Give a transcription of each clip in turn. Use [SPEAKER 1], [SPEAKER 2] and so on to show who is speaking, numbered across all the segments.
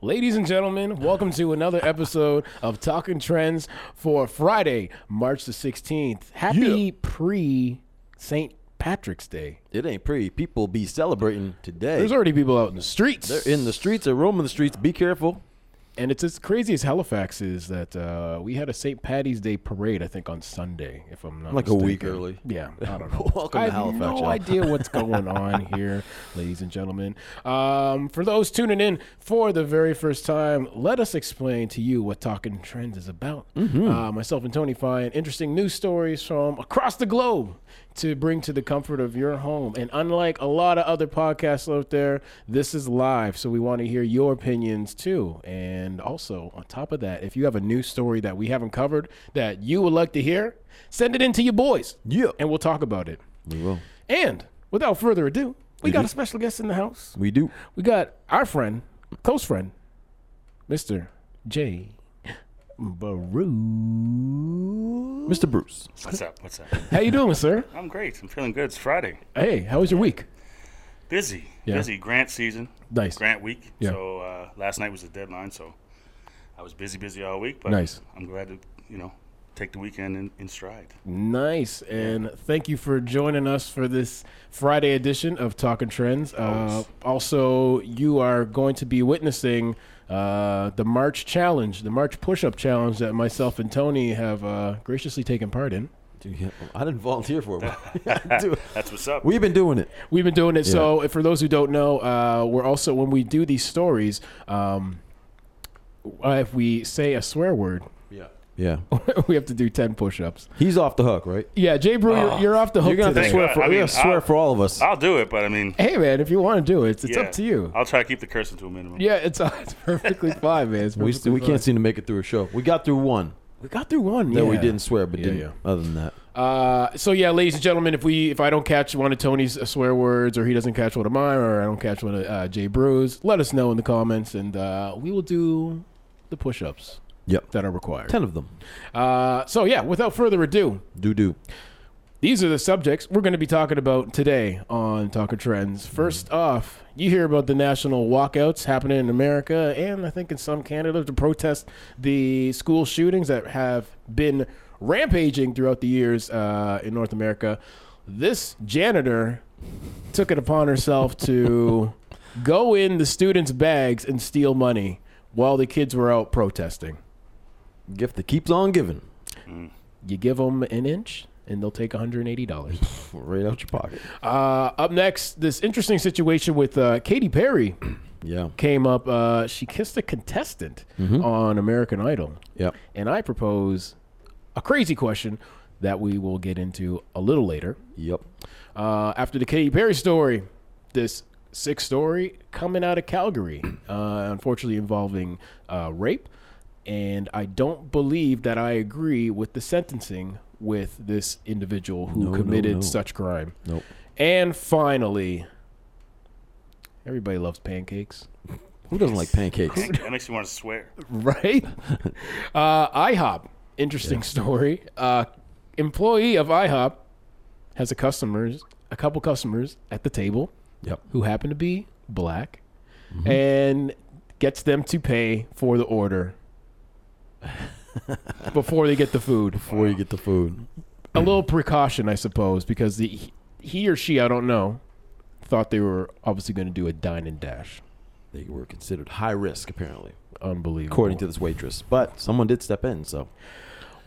[SPEAKER 1] Ladies and gentlemen, welcome to another episode of Talking Trends for Friday, March the 16th. Happy
[SPEAKER 2] Yeah.
[SPEAKER 1] pre St. Patrick's Day.
[SPEAKER 2] It ain't pretty. People be celebrating today.
[SPEAKER 1] There's already people out in the streets.
[SPEAKER 2] They're in the streets. They're roaming the streets. Be careful.
[SPEAKER 1] And it's as crazy as Halifax is that uh, we had a St. Patty's Day parade, I think, on Sunday, if I'm not
[SPEAKER 2] Like a week
[SPEAKER 1] mistaken.
[SPEAKER 2] early.
[SPEAKER 1] Yeah, I don't know.
[SPEAKER 2] Welcome
[SPEAKER 1] I
[SPEAKER 2] to Halifax,
[SPEAKER 1] have no
[SPEAKER 2] y'all.
[SPEAKER 1] idea what's going on here, ladies and gentlemen. Um, for those tuning in for the very first time, let us explain to you what Talking Trends is about. Uh, myself and Tony find interesting news stories from across the globe to bring to the comfort of your home. And unlike a lot of other podcasts out there, this is live, so we want to hear your opinions too. And also, on top of that, if you have a news story that we haven't covered that you would like to hear, send it in to your boys.
[SPEAKER 2] Yeah.
[SPEAKER 1] And we'll talk about it.
[SPEAKER 2] We will.
[SPEAKER 1] And without further ado, we got a special guest in the house.
[SPEAKER 2] We do.
[SPEAKER 1] We got our friend, close friend, Mr. J. Baru.
[SPEAKER 2] Mr. Bruce.
[SPEAKER 3] What's up? What's up?
[SPEAKER 1] How you doing, sir?
[SPEAKER 3] I'm great. I'm feeling good. It's Friday.
[SPEAKER 1] Hey, how was your week?
[SPEAKER 3] Busy.
[SPEAKER 1] Yeah.
[SPEAKER 3] Busy. Grant season.
[SPEAKER 1] Nice.
[SPEAKER 3] Grant week.
[SPEAKER 1] Yeah.
[SPEAKER 3] So uh, last night was the deadline. So I was busy, busy all week. But
[SPEAKER 1] Nice.
[SPEAKER 3] I'm glad to, you know, take the weekend in, in stride.
[SPEAKER 1] Nice, and thank you for joining us for this Friday edition of Talking Trends. Uh, also, you are going to be witnessing uh, the March Challenge, the March Push-Up Challenge that myself and Tony have uh, graciously taken part in.
[SPEAKER 2] Dude, yeah, I didn't volunteer for it. Dude,
[SPEAKER 3] That's what's up.
[SPEAKER 2] We've been doing it.
[SPEAKER 1] We've been doing it. So, if- for those who don't know, uh, we're also when we do these stories, um, uh, if we say a swear word,
[SPEAKER 2] Yeah. Yeah.
[SPEAKER 1] we have to do ten push-ups.
[SPEAKER 2] He's off the hook, right?
[SPEAKER 1] Yeah, Jay Brew, you're, you're off the hook.
[SPEAKER 2] Oh, You're gonna have to
[SPEAKER 1] today.
[SPEAKER 3] Thank
[SPEAKER 2] swear
[SPEAKER 3] God.
[SPEAKER 2] for.
[SPEAKER 3] I
[SPEAKER 2] you're
[SPEAKER 3] mean,
[SPEAKER 2] gonna swear
[SPEAKER 3] I'll-
[SPEAKER 2] for all of us.
[SPEAKER 3] I'll do it, but I mean,
[SPEAKER 1] Hey, man, if you want to do it, it's, it's
[SPEAKER 3] yeah.
[SPEAKER 1] up to you.
[SPEAKER 3] I'll try to keep the cursing to a minimum.
[SPEAKER 1] Yeah, it's, it's perfectly fine, man. It's
[SPEAKER 2] we
[SPEAKER 1] perfectly
[SPEAKER 2] still, we
[SPEAKER 1] fine.
[SPEAKER 2] can't seem to make it through a show. We got through one
[SPEAKER 1] We got through one.
[SPEAKER 2] that
[SPEAKER 1] yeah.
[SPEAKER 2] we didn't swear, but
[SPEAKER 1] Yeah,
[SPEAKER 2] didn't.
[SPEAKER 1] yeah.
[SPEAKER 2] Other than that,
[SPEAKER 1] Uh, so yeah, ladies and gentlemen, if we if I don't catch one of Tony's uh, swear words, or he doesn't catch one of mine, or I don't catch one of uh, Jay Brew's, let us know in the comments, and uh, we will do the push-ups
[SPEAKER 2] yep.
[SPEAKER 1] that are required.
[SPEAKER 2] Ten of them.
[SPEAKER 1] Uh, so yeah, without further ado,
[SPEAKER 2] Do do.
[SPEAKER 1] these are the subjects we're going to be talking about today on Talker Trends. First off, you hear about the national walkouts happening in America and I think in some Canada to protest the school shootings that have been rampaging throughout the years uh, in North America. This janitor took it upon herself to go in the students' bags and steal money while the kids were out protesting.
[SPEAKER 2] Gift that keeps on giving.
[SPEAKER 1] You give them an inch and they'll take $180.
[SPEAKER 2] Right out your pocket.
[SPEAKER 1] Uh, up next, this interesting situation with uh, Katy Perry
[SPEAKER 2] Yeah.
[SPEAKER 1] came up. Uh, she kissed a contestant on American Idol.
[SPEAKER 2] Yep.
[SPEAKER 1] And I propose a crazy question that we will get into a little later.
[SPEAKER 2] Yep.
[SPEAKER 1] Uh, after the Katy Perry story, this sick story coming out of Calgary, uh, unfortunately involving uh, rape. And I don't believe that I agree with the sentencing with this individual who
[SPEAKER 2] No, no,
[SPEAKER 1] committed
[SPEAKER 2] no.
[SPEAKER 1] such crime.
[SPEAKER 2] Nope.
[SPEAKER 1] And finally, everybody loves pancakes,
[SPEAKER 2] Who doesn't like pancakes?
[SPEAKER 3] That makes me want to swear.
[SPEAKER 1] right? uh, IHOP, interesting story. Uh, employee of IHOP has a customers, a couple customers at the table
[SPEAKER 2] Yep.
[SPEAKER 1] who happen to be black,
[SPEAKER 2] Mm-hmm.
[SPEAKER 1] and gets them to pay for the order before they get the food.
[SPEAKER 2] Before you get the food.
[SPEAKER 1] a little precaution, I suppose, because the he or she, I don't know, thought they were obviously going to do a dine and dash.
[SPEAKER 2] They were considered high risk, apparently,
[SPEAKER 1] Unbelievable.
[SPEAKER 2] according to this waitress. But someone did step in, so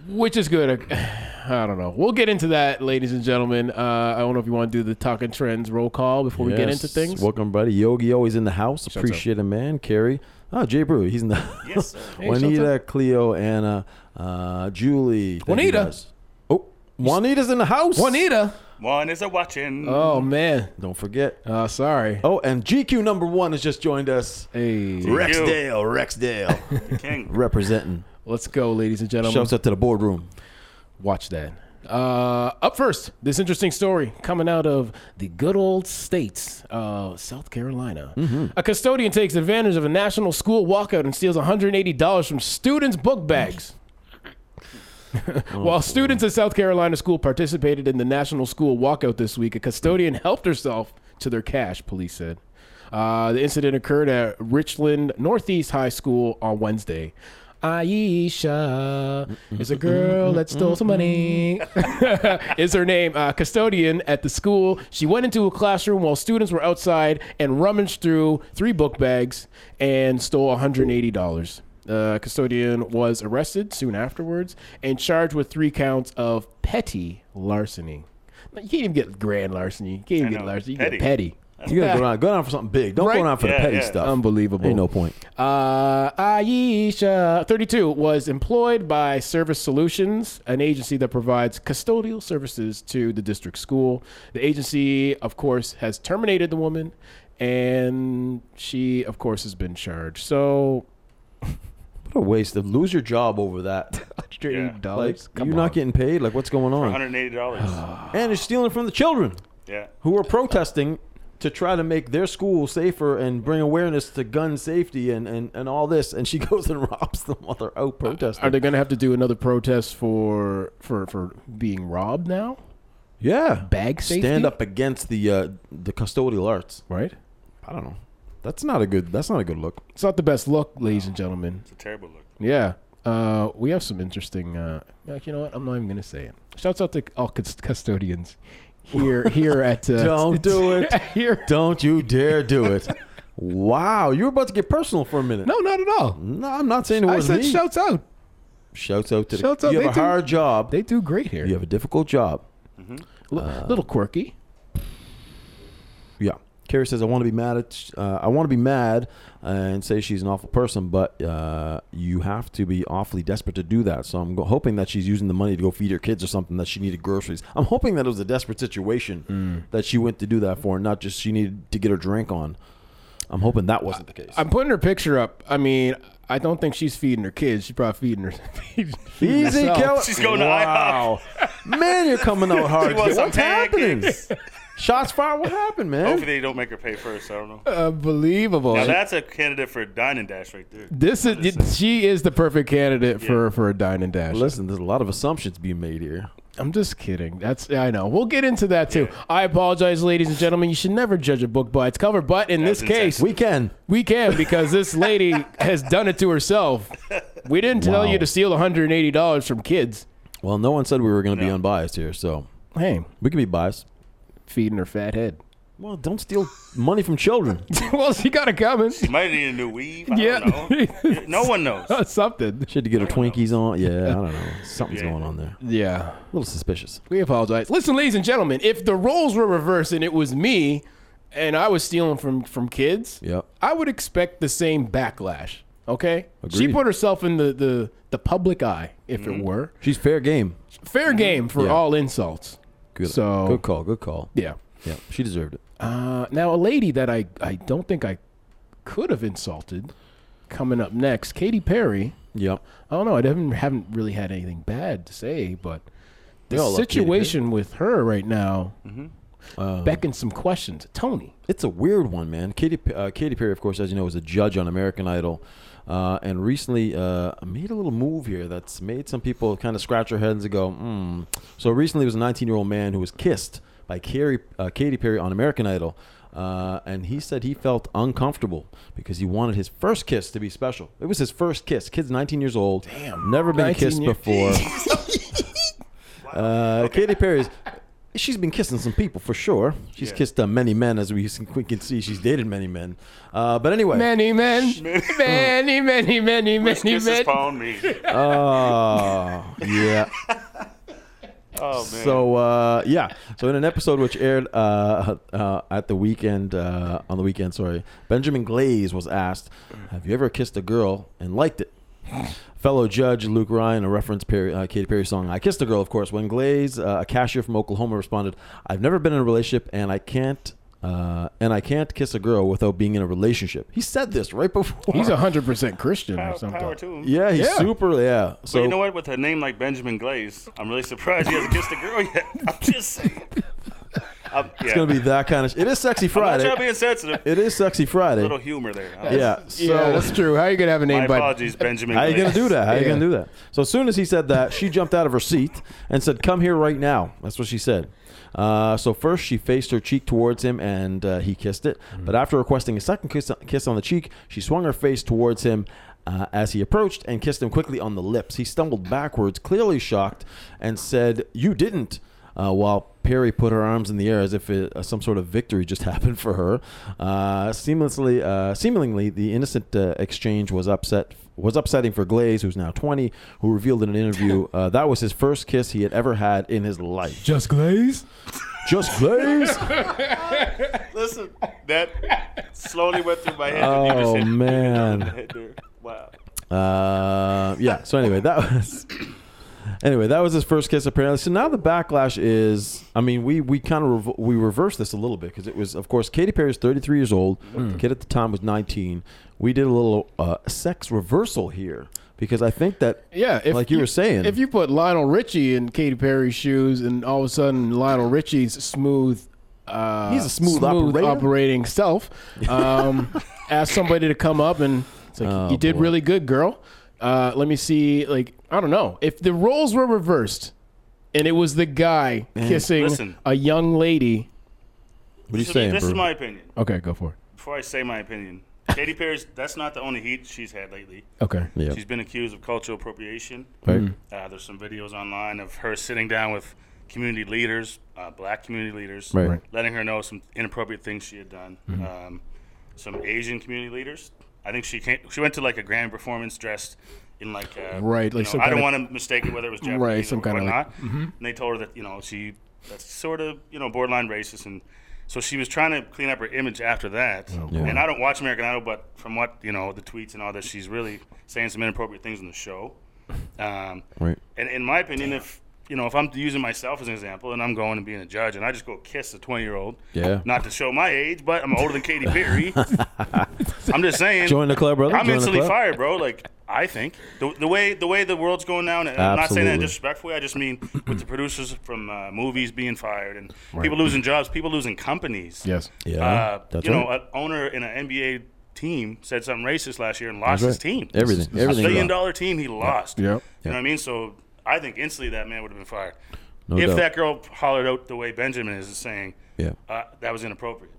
[SPEAKER 1] Which is good. I don't know. We'll get into that, ladies and gentlemen. Uh, I don't know if you want to do the talking trends roll call before we get
[SPEAKER 2] Yes.
[SPEAKER 1] into things.
[SPEAKER 2] Welcome, buddy. Yogi always in the house.
[SPEAKER 1] up.
[SPEAKER 2] Appreciate it, man. Carrie. Oh, Jay Brew, he's in the
[SPEAKER 3] Yes, sir.
[SPEAKER 1] Hey, shouts
[SPEAKER 2] Juanita, Cleo, Anna, uh, Julie. Thank you
[SPEAKER 1] Juanita.
[SPEAKER 2] guys. Oh, Juanita's in the house.
[SPEAKER 1] Juanita.
[SPEAKER 3] One is a watching.
[SPEAKER 1] Oh man.
[SPEAKER 2] Don't forget.
[SPEAKER 1] Uh, sorry.
[SPEAKER 2] Oh, and GQ number one has just joined us.
[SPEAKER 1] Hey.
[SPEAKER 2] Rexdale, Rexdale.
[SPEAKER 3] King.
[SPEAKER 2] Representing.
[SPEAKER 1] Let's go, ladies and gentlemen.
[SPEAKER 2] Shouts out to the boardroom.
[SPEAKER 1] Watch that. Uh, up first, this interesting story coming out of the good old states of South Carolina. A custodian takes advantage of a national school walkout and steals $180 from students' book bags. Uh-huh. While students at South Carolina School participated in the national school walkout this week, a custodian helped herself to their cash, police said. Uh, the incident occurred at Richland Northeast High School on Wednesday. Aisha is a girl that stole some money. is her name uh, custodian at the school? She went into a classroom while students were outside and rummaged through three book bags and stole $180. Uh, custodian was arrested soon afterwards and charged with three counts of petty larceny. You can't even get grand larceny. You can't even
[SPEAKER 3] I
[SPEAKER 1] get
[SPEAKER 3] know.
[SPEAKER 1] larceny. You get
[SPEAKER 3] Petty.
[SPEAKER 1] petty.
[SPEAKER 2] You gotta go down, go down for something big. Don't
[SPEAKER 1] Right?
[SPEAKER 2] go down for the
[SPEAKER 3] Yeah,
[SPEAKER 2] petty
[SPEAKER 3] yeah.
[SPEAKER 2] stuff.
[SPEAKER 1] Unbelievable.
[SPEAKER 2] Ain't no point.
[SPEAKER 1] Uh, Aisha, 32, was employed by Service Solutions, an agency that provides custodial services to the district school. The agency, of course, has terminated the woman, and she, of course, has been charged. So,
[SPEAKER 2] What a waste of lose your job over that.
[SPEAKER 1] $180.
[SPEAKER 2] like
[SPEAKER 1] Come on.
[SPEAKER 2] you're not getting paid. Like what's going on?
[SPEAKER 3] $180.
[SPEAKER 2] And you're stealing from the children
[SPEAKER 3] yeah.
[SPEAKER 2] who are protesting to try to make their school safer and bring awareness to gun safety and, and, and all this. And she goes and robs them while they're out protesting.
[SPEAKER 1] Are they going to have to do another protest for for for being robbed now?
[SPEAKER 2] yeah.
[SPEAKER 1] Bag safety?
[SPEAKER 2] Stand up against the uh, the custodial arts.
[SPEAKER 1] Right?
[SPEAKER 2] I don't know. That's not a good. That's not a good look.
[SPEAKER 1] It's not the best look, ladies and gentlemen.
[SPEAKER 3] It's a terrible look.
[SPEAKER 1] Yeah. Uh, we have some interesting. Uh, like, you know what? I'm not even going to say it. Shouts out to all cus- custodians here here at. Uh,
[SPEAKER 2] Don't do it.
[SPEAKER 1] here.
[SPEAKER 2] Don't you dare do it. Wow, you were about to get personal for a minute.
[SPEAKER 1] No, not at all.
[SPEAKER 2] no I'm not saying it
[SPEAKER 1] I
[SPEAKER 2] was
[SPEAKER 1] said
[SPEAKER 2] me.
[SPEAKER 1] shouts out.
[SPEAKER 2] Shouts out to the,
[SPEAKER 1] Shouts out,
[SPEAKER 2] You
[SPEAKER 1] they
[SPEAKER 2] have a
[SPEAKER 1] do-
[SPEAKER 2] hard job.
[SPEAKER 1] They do great here.
[SPEAKER 2] you have a difficult job.
[SPEAKER 1] L-
[SPEAKER 2] Uh.
[SPEAKER 1] little quirky.
[SPEAKER 2] Yeah. Carrie says, "I want to be mad at. Uh, I want to be mad uh, and say she's an awful person, but uh, you have to be awfully desperate to do that. So I'm go- hoping that she's using the money to go feed her kids or something that she needed groceries. I'm hoping that it was a desperate situation
[SPEAKER 3] Hmm.
[SPEAKER 2] that she went to do that for, and not just she needed to get her drink on. I'm hoping that wasn't the case.
[SPEAKER 1] I'm putting her picture up. I mean, I don't think she's feeding her kids. She's probably feeding her. feeding
[SPEAKER 2] Easy,
[SPEAKER 1] herself.
[SPEAKER 2] Kelly.
[SPEAKER 3] She's going to
[SPEAKER 2] wow. man, you're coming out hard.
[SPEAKER 3] wants some
[SPEAKER 2] What's happening?
[SPEAKER 3] pancakes.
[SPEAKER 2] Shots fired. What happened, man?
[SPEAKER 3] Hopefully they don't make her pay first. I don't know.
[SPEAKER 1] Unbelievable.
[SPEAKER 3] Now that's a candidate for a dine and dash right there.
[SPEAKER 1] this is she is the perfect candidate for for a dine and dash.
[SPEAKER 2] Listen, there's a lot of assumptions being made here.
[SPEAKER 1] I'm just kidding. That's I know. We'll get into that too. I apologize, ladies and gentlemen. You should never judge a book by its cover, but in this
[SPEAKER 3] was intense.
[SPEAKER 1] case, we,
[SPEAKER 2] We can.
[SPEAKER 1] we can because this lady has done it to herself. We didn't tell
[SPEAKER 2] Wow.
[SPEAKER 1] you to steal 180 dollars from kids.
[SPEAKER 2] Well, no one said we were going to be
[SPEAKER 3] No.
[SPEAKER 2] unbiased here, so
[SPEAKER 1] Hey,
[SPEAKER 2] we can be biased.
[SPEAKER 1] feeding her fat head.
[SPEAKER 2] Well, don't steal money from children.
[SPEAKER 1] well, she got it coming.
[SPEAKER 3] Might need a new weave. I
[SPEAKER 1] Yeah.
[SPEAKER 3] don't know. no one knows.
[SPEAKER 1] Something.
[SPEAKER 2] She had to get her Twinkies on. Yeah, I don't know. Something's
[SPEAKER 3] Yeah.
[SPEAKER 2] going on there. A
[SPEAKER 1] Yeah.
[SPEAKER 2] little suspicious.
[SPEAKER 1] We apologize. Listen, ladies and gentlemen, if the roles were reversed and it was me and I was stealing from from kids,
[SPEAKER 2] Yep.
[SPEAKER 1] I would expect the same backlash. Okay? She
[SPEAKER 2] Agreed.
[SPEAKER 1] put herself in the the, the public eye, if it were.
[SPEAKER 2] She's fair game.
[SPEAKER 1] Fair game for
[SPEAKER 2] Mm-hmm. Yeah.
[SPEAKER 1] all insults.
[SPEAKER 2] Good.
[SPEAKER 1] So-
[SPEAKER 2] good call. Good call.
[SPEAKER 1] Yeah.
[SPEAKER 2] Yeah, she deserved it.
[SPEAKER 1] Uh, now a lady that I, I don't think I could have insulted coming up next, Katy Perry.
[SPEAKER 2] Yep.
[SPEAKER 1] I don't know, I haven't haven't really had anything bad to say, but
[SPEAKER 2] We
[SPEAKER 1] the
[SPEAKER 2] all love Katy Perry. Mm-hmm.
[SPEAKER 1] situation with her right now Uh, beckons some questions. Tony.
[SPEAKER 2] It's a weird one, man. Katy, P- uh, Katy Perry, of course, as you know, was a judge on American Idol, uh, and recently uh, made a little move here that's made some people kind of scratch their heads and go, "Hmm." So recently, it was a 19-year-old man who was kissed by Carrie, uh, Katy Perry on American Idol, uh, and he said he felt uncomfortable because he wanted his first kiss to be special. It was his first kiss. Kid's 19 years old.
[SPEAKER 1] Damn.
[SPEAKER 2] never been
[SPEAKER 1] 19
[SPEAKER 2] kissed
[SPEAKER 1] year-
[SPEAKER 2] before. Uh, Katy Perry's. She's been kissing some people for sure. She's kissed uh, many men, as we can- we can see. She's dated many men. Uh, but anyway,
[SPEAKER 1] Many men. Many, many, many, many
[SPEAKER 3] Kisses
[SPEAKER 1] men.
[SPEAKER 3] upon me.
[SPEAKER 2] Oh, yeah.
[SPEAKER 3] Oh man.
[SPEAKER 2] So uh, yeah. So in an episode which aired uh, uh, at the weekend uh, on the weekend, sorry, Benjamin Glaze was asked, "Have you ever kissed a girl and liked it?" Fellow judge Luke Ryan, a reference Perry, uh, Katy Perry song, "I Kissed a Girl," of course. When Glaze, uh, a cashier from Oklahoma, responded, "I've never been in a relationship, and I can't." Uh, and I can't kiss a girl without being in a relationship. He said this right before.
[SPEAKER 1] He's hundred percent Christian or
[SPEAKER 3] power,
[SPEAKER 1] something.
[SPEAKER 3] power to him.
[SPEAKER 2] yeah, he's
[SPEAKER 1] Yeah.
[SPEAKER 2] super. Yeah. So
[SPEAKER 3] But you know what? With a name like Benjamin Glaze, I'm really surprised he hasn't kissed a girl yet. I'm just saying. I'm- yeah.
[SPEAKER 2] It's gonna be that kind of. Sh- it is sexy
[SPEAKER 3] I'm not
[SPEAKER 2] Friday.
[SPEAKER 3] trying to be insensitive.
[SPEAKER 2] It is sexy Friday.
[SPEAKER 3] little humor there.
[SPEAKER 2] yeah. So
[SPEAKER 1] yeah, that's true. How are you gonna have a
[SPEAKER 3] My
[SPEAKER 1] name, bud?
[SPEAKER 3] apologies, Benjamin.
[SPEAKER 2] how you gonna
[SPEAKER 3] Glaze.
[SPEAKER 2] do that? How you
[SPEAKER 1] Yeah.
[SPEAKER 2] gonna do that? So as soon as he said that, she jumped out of her seat and said, "Come here right now." That's what she said. Uh, so first, she faced her cheek towards him, and uh, he kissed it. But after requesting a second kiss, kiss on the cheek, she swung her face towards him. Uh, as he approached and kissed him quickly on the lips, he stumbled backwards, clearly shocked, and said, "You didn't." uh, while Perry put her arms in the air as if it, uh, some sort of victory just happened for her. Uh, seamlessly, uh, seemingly, the innocent uh, exchange was upset was upsetting for Glaze, who's now 20, who revealed in an interview uh, that was his first kiss he had ever had in his life.
[SPEAKER 1] Just glaze.
[SPEAKER 2] Just Glaze.
[SPEAKER 3] Listen, that slowly went through my head. when you
[SPEAKER 2] Oh,
[SPEAKER 3] just hit-
[SPEAKER 2] man.
[SPEAKER 3] hit there. Wow.
[SPEAKER 2] Uh, yeah. So anyway, that was. Anyway, that was his first kiss apparently. So now the backlash is, I mean, we we kind of rev- we reversed this a little bit because it was, of course, Katy Perry is 33 years old. The kid at the time was 19. We did a little uh, sex reversal here because I think that
[SPEAKER 1] Yeah, if
[SPEAKER 2] like you, were saying,
[SPEAKER 1] if you put Lionel Richie in Katy Perry's shoes, and all of a sudden Lionel Richie's smooth, uh,
[SPEAKER 2] He's a smooth operator?
[SPEAKER 1] operating self, um, ask somebody to come up and it's like
[SPEAKER 2] Oh,
[SPEAKER 1] you did
[SPEAKER 2] boy.
[SPEAKER 1] really good, girl. Uh, let me see, like I don't know if the roles were reversed, and it was the guy kissing
[SPEAKER 3] Listen.
[SPEAKER 1] a young lady.
[SPEAKER 2] what are you
[SPEAKER 3] This is-
[SPEAKER 2] saying,
[SPEAKER 3] This is
[SPEAKER 2] bro?
[SPEAKER 3] my opinion.
[SPEAKER 1] Okay, go for it.
[SPEAKER 3] Before I say my opinion, Katy Perry's, that's not the only heat she's had lately.
[SPEAKER 1] Okay,
[SPEAKER 2] yeah,
[SPEAKER 3] She's been accused of cultural appropriation.
[SPEAKER 2] right?
[SPEAKER 3] Uh, there's some videos online of her sitting down with community leaders, uh, black community leaders,
[SPEAKER 2] right,
[SPEAKER 1] Right. Mm-hmm.
[SPEAKER 3] letting her know some inappropriate things she had done. Um, some Asian community leaders. I think she came, she went to like a grand performance dressed in like a,
[SPEAKER 1] Right,
[SPEAKER 3] you
[SPEAKER 1] like
[SPEAKER 3] know,
[SPEAKER 1] some
[SPEAKER 3] I don't
[SPEAKER 1] kinda-
[SPEAKER 3] want to mistake it whether it was Japanese
[SPEAKER 1] Right, some
[SPEAKER 3] or
[SPEAKER 1] kinda like- mm-hmm.
[SPEAKER 3] whatnot. And they told her that you know she that's sort of you know borderline racist and. So she was trying to clean up her image after that,
[SPEAKER 1] Oh,
[SPEAKER 2] Yeah.
[SPEAKER 3] and I don't watch American Idol, but from what you know, the tweets and all that, she's really saying some inappropriate things in the show. Um,
[SPEAKER 2] right.
[SPEAKER 3] and in my opinion, if you know, if I'm using myself as an example, and I'm going and being a judge, and I just go kiss a 20 year old,
[SPEAKER 2] Yeah.
[SPEAKER 3] not to show my age, but I'm older than Katy Perry. I'm just saying,
[SPEAKER 2] Join the club, brother.
[SPEAKER 3] I'm
[SPEAKER 2] Join the
[SPEAKER 3] instantly
[SPEAKER 2] club.
[SPEAKER 3] fired, bro. Like I think the, the way the way the world's going now, and I'm not saying that
[SPEAKER 2] Absolutely.
[SPEAKER 3] disrespectfully. I just mean with the producers from uh, movies being fired and people losing jobs, people losing companies.
[SPEAKER 1] yes,
[SPEAKER 2] Yeah,
[SPEAKER 3] uh,
[SPEAKER 2] that's
[SPEAKER 3] you
[SPEAKER 2] right.
[SPEAKER 3] know, an owner in an NBA team said something racist last year and lost
[SPEAKER 2] That's
[SPEAKER 3] his
[SPEAKER 2] right.
[SPEAKER 3] team
[SPEAKER 2] Everything, everything.
[SPEAKER 3] billion
[SPEAKER 2] wrong.
[SPEAKER 3] dollar team he lost.
[SPEAKER 1] Yep. Yep.
[SPEAKER 3] You know what I mean? So I think instantly that man would have been fired.
[SPEAKER 2] No
[SPEAKER 3] if
[SPEAKER 2] doubt.
[SPEAKER 3] that girl hollered out the way Benjamin is saying,
[SPEAKER 2] Yeah.
[SPEAKER 3] uh, that was inappropriate.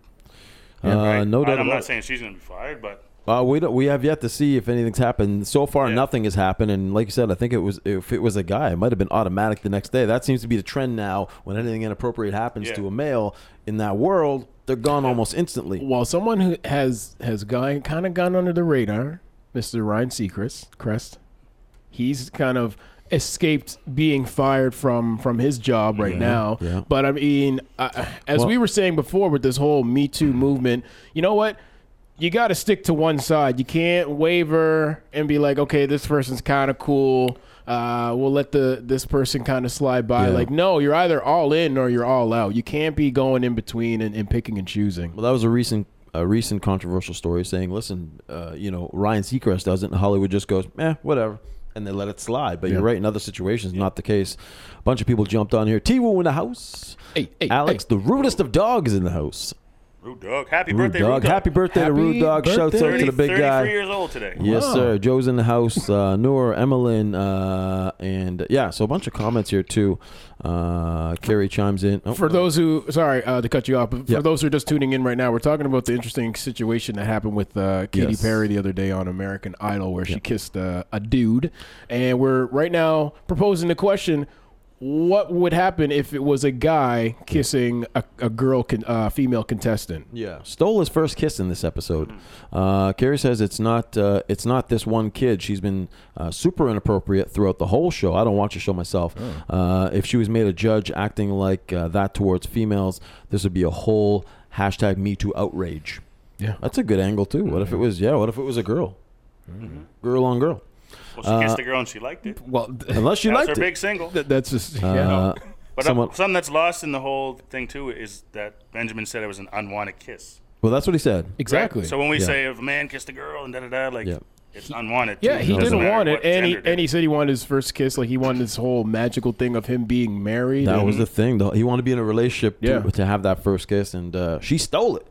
[SPEAKER 2] Uh,
[SPEAKER 3] right?
[SPEAKER 2] no
[SPEAKER 3] I-
[SPEAKER 2] doubt.
[SPEAKER 3] I'm
[SPEAKER 2] about
[SPEAKER 3] not
[SPEAKER 2] it.
[SPEAKER 3] saying she's going to be fired, but
[SPEAKER 2] Uh, we don't, we have yet to see if anything's happened. So far,
[SPEAKER 3] Yeah.
[SPEAKER 2] nothing has happened. And like you said, I think it was if it was a guy, it might have been automatic the next day. That seems to be the trend now. When anything inappropriate happens
[SPEAKER 3] Yeah.
[SPEAKER 2] to a male in that world, they're gone almost instantly.
[SPEAKER 1] Well, someone who has has gone kind of gone under the radar, Mr. Ryan Seacrest, Crest. He's kind of escaped being fired from from his job right now.
[SPEAKER 2] yeah.
[SPEAKER 1] But I mean, I, as we were saying before with this whole Me Too movement, you know what? You got to stick to one side. You can't waver and be like, okay, this person's kind of cool. Uh, we'll let the this person kind of slide by.
[SPEAKER 2] Yeah.
[SPEAKER 1] Like, no, you're either all in or you're all out. You can't be going in between and, and picking and choosing.
[SPEAKER 2] Well, that was a recent a recent controversial story saying, listen, uh, you know, Ryan Seacrest doesn't. Hollywood just goes, eh, whatever. And they let it slide. But you're right. In other situations, not the case. A bunch of people jumped on here. T Woo in the house.
[SPEAKER 1] Hey, hey,
[SPEAKER 2] Alex, the rudest of dogs in the house.
[SPEAKER 3] Rude Dog, happy
[SPEAKER 2] Rude
[SPEAKER 3] birthday,
[SPEAKER 2] dog.
[SPEAKER 3] Rude Dog.
[SPEAKER 2] Happy birthday to Rude
[SPEAKER 1] Happy
[SPEAKER 2] Dog. Shouts out
[SPEAKER 1] birthday.
[SPEAKER 2] to the big
[SPEAKER 3] 33
[SPEAKER 2] guy.
[SPEAKER 3] years old today.
[SPEAKER 2] Yes,
[SPEAKER 1] Wow.
[SPEAKER 2] sir. Joe's in the house. Uh, Noor, Emmeline, uh, and yeah, so a bunch of comments here too. Uh, Carrie chimes in. Oh,
[SPEAKER 1] For those who, sorry uh, to cut you off, but for
[SPEAKER 2] Yeah.
[SPEAKER 1] those who are just tuning in right now, we're talking about the interesting situation that happened with uh, Katy
[SPEAKER 2] Yes.
[SPEAKER 1] Perry the other day on American Idol, where she kissed uh, a dude, and we're right now proposing the question: What would happen if it was a guy kissing a, a girl, con- uh, female contestant?
[SPEAKER 2] yeah, stole his first kiss in this episode. Uh, Carrie says it's not uh, it's not this one kid. She's been uh, super inappropriate throughout the whole show. I don't watch the show myself. Uh, if she was made a judge acting like uh, that towards females, this would be a whole hashtag Me Too outrage.
[SPEAKER 1] Yeah.
[SPEAKER 3] Uh,
[SPEAKER 2] That's a good angle too. What
[SPEAKER 1] Mm-hmm.
[SPEAKER 2] if it was yeah? What if it was a girl, girl on girl?
[SPEAKER 3] Well, she kissed the girl and she liked it.
[SPEAKER 1] Well,
[SPEAKER 2] Unless you
[SPEAKER 3] That
[SPEAKER 2] Uh, liked
[SPEAKER 3] was her
[SPEAKER 2] it.
[SPEAKER 3] big single.
[SPEAKER 1] th- that's just
[SPEAKER 2] Uh,
[SPEAKER 3] But uh,
[SPEAKER 2] someone-
[SPEAKER 3] something that's lost in the whole thing too is that Benjamin said it was an unwanted kiss.
[SPEAKER 2] Well, that's what he said.
[SPEAKER 1] exactly.
[SPEAKER 3] So when we
[SPEAKER 2] Yeah.
[SPEAKER 3] say if a man kissed a girl and da da da, like
[SPEAKER 2] Yeah.
[SPEAKER 3] it's unwanted.
[SPEAKER 1] Yeah,
[SPEAKER 3] too.
[SPEAKER 1] he
[SPEAKER 3] It
[SPEAKER 1] didn't
[SPEAKER 3] doesn't matter
[SPEAKER 1] want it,
[SPEAKER 3] what
[SPEAKER 1] and he,
[SPEAKER 3] gender
[SPEAKER 1] and he said he wanted his first kiss. Like he wanted this whole magical thing of him being married.
[SPEAKER 2] That
[SPEAKER 1] and-
[SPEAKER 2] was the thing, though. He wanted to be in a relationship to,
[SPEAKER 1] Mm-hmm. Yeah.
[SPEAKER 2] to have that first kiss, and uh, she stole it.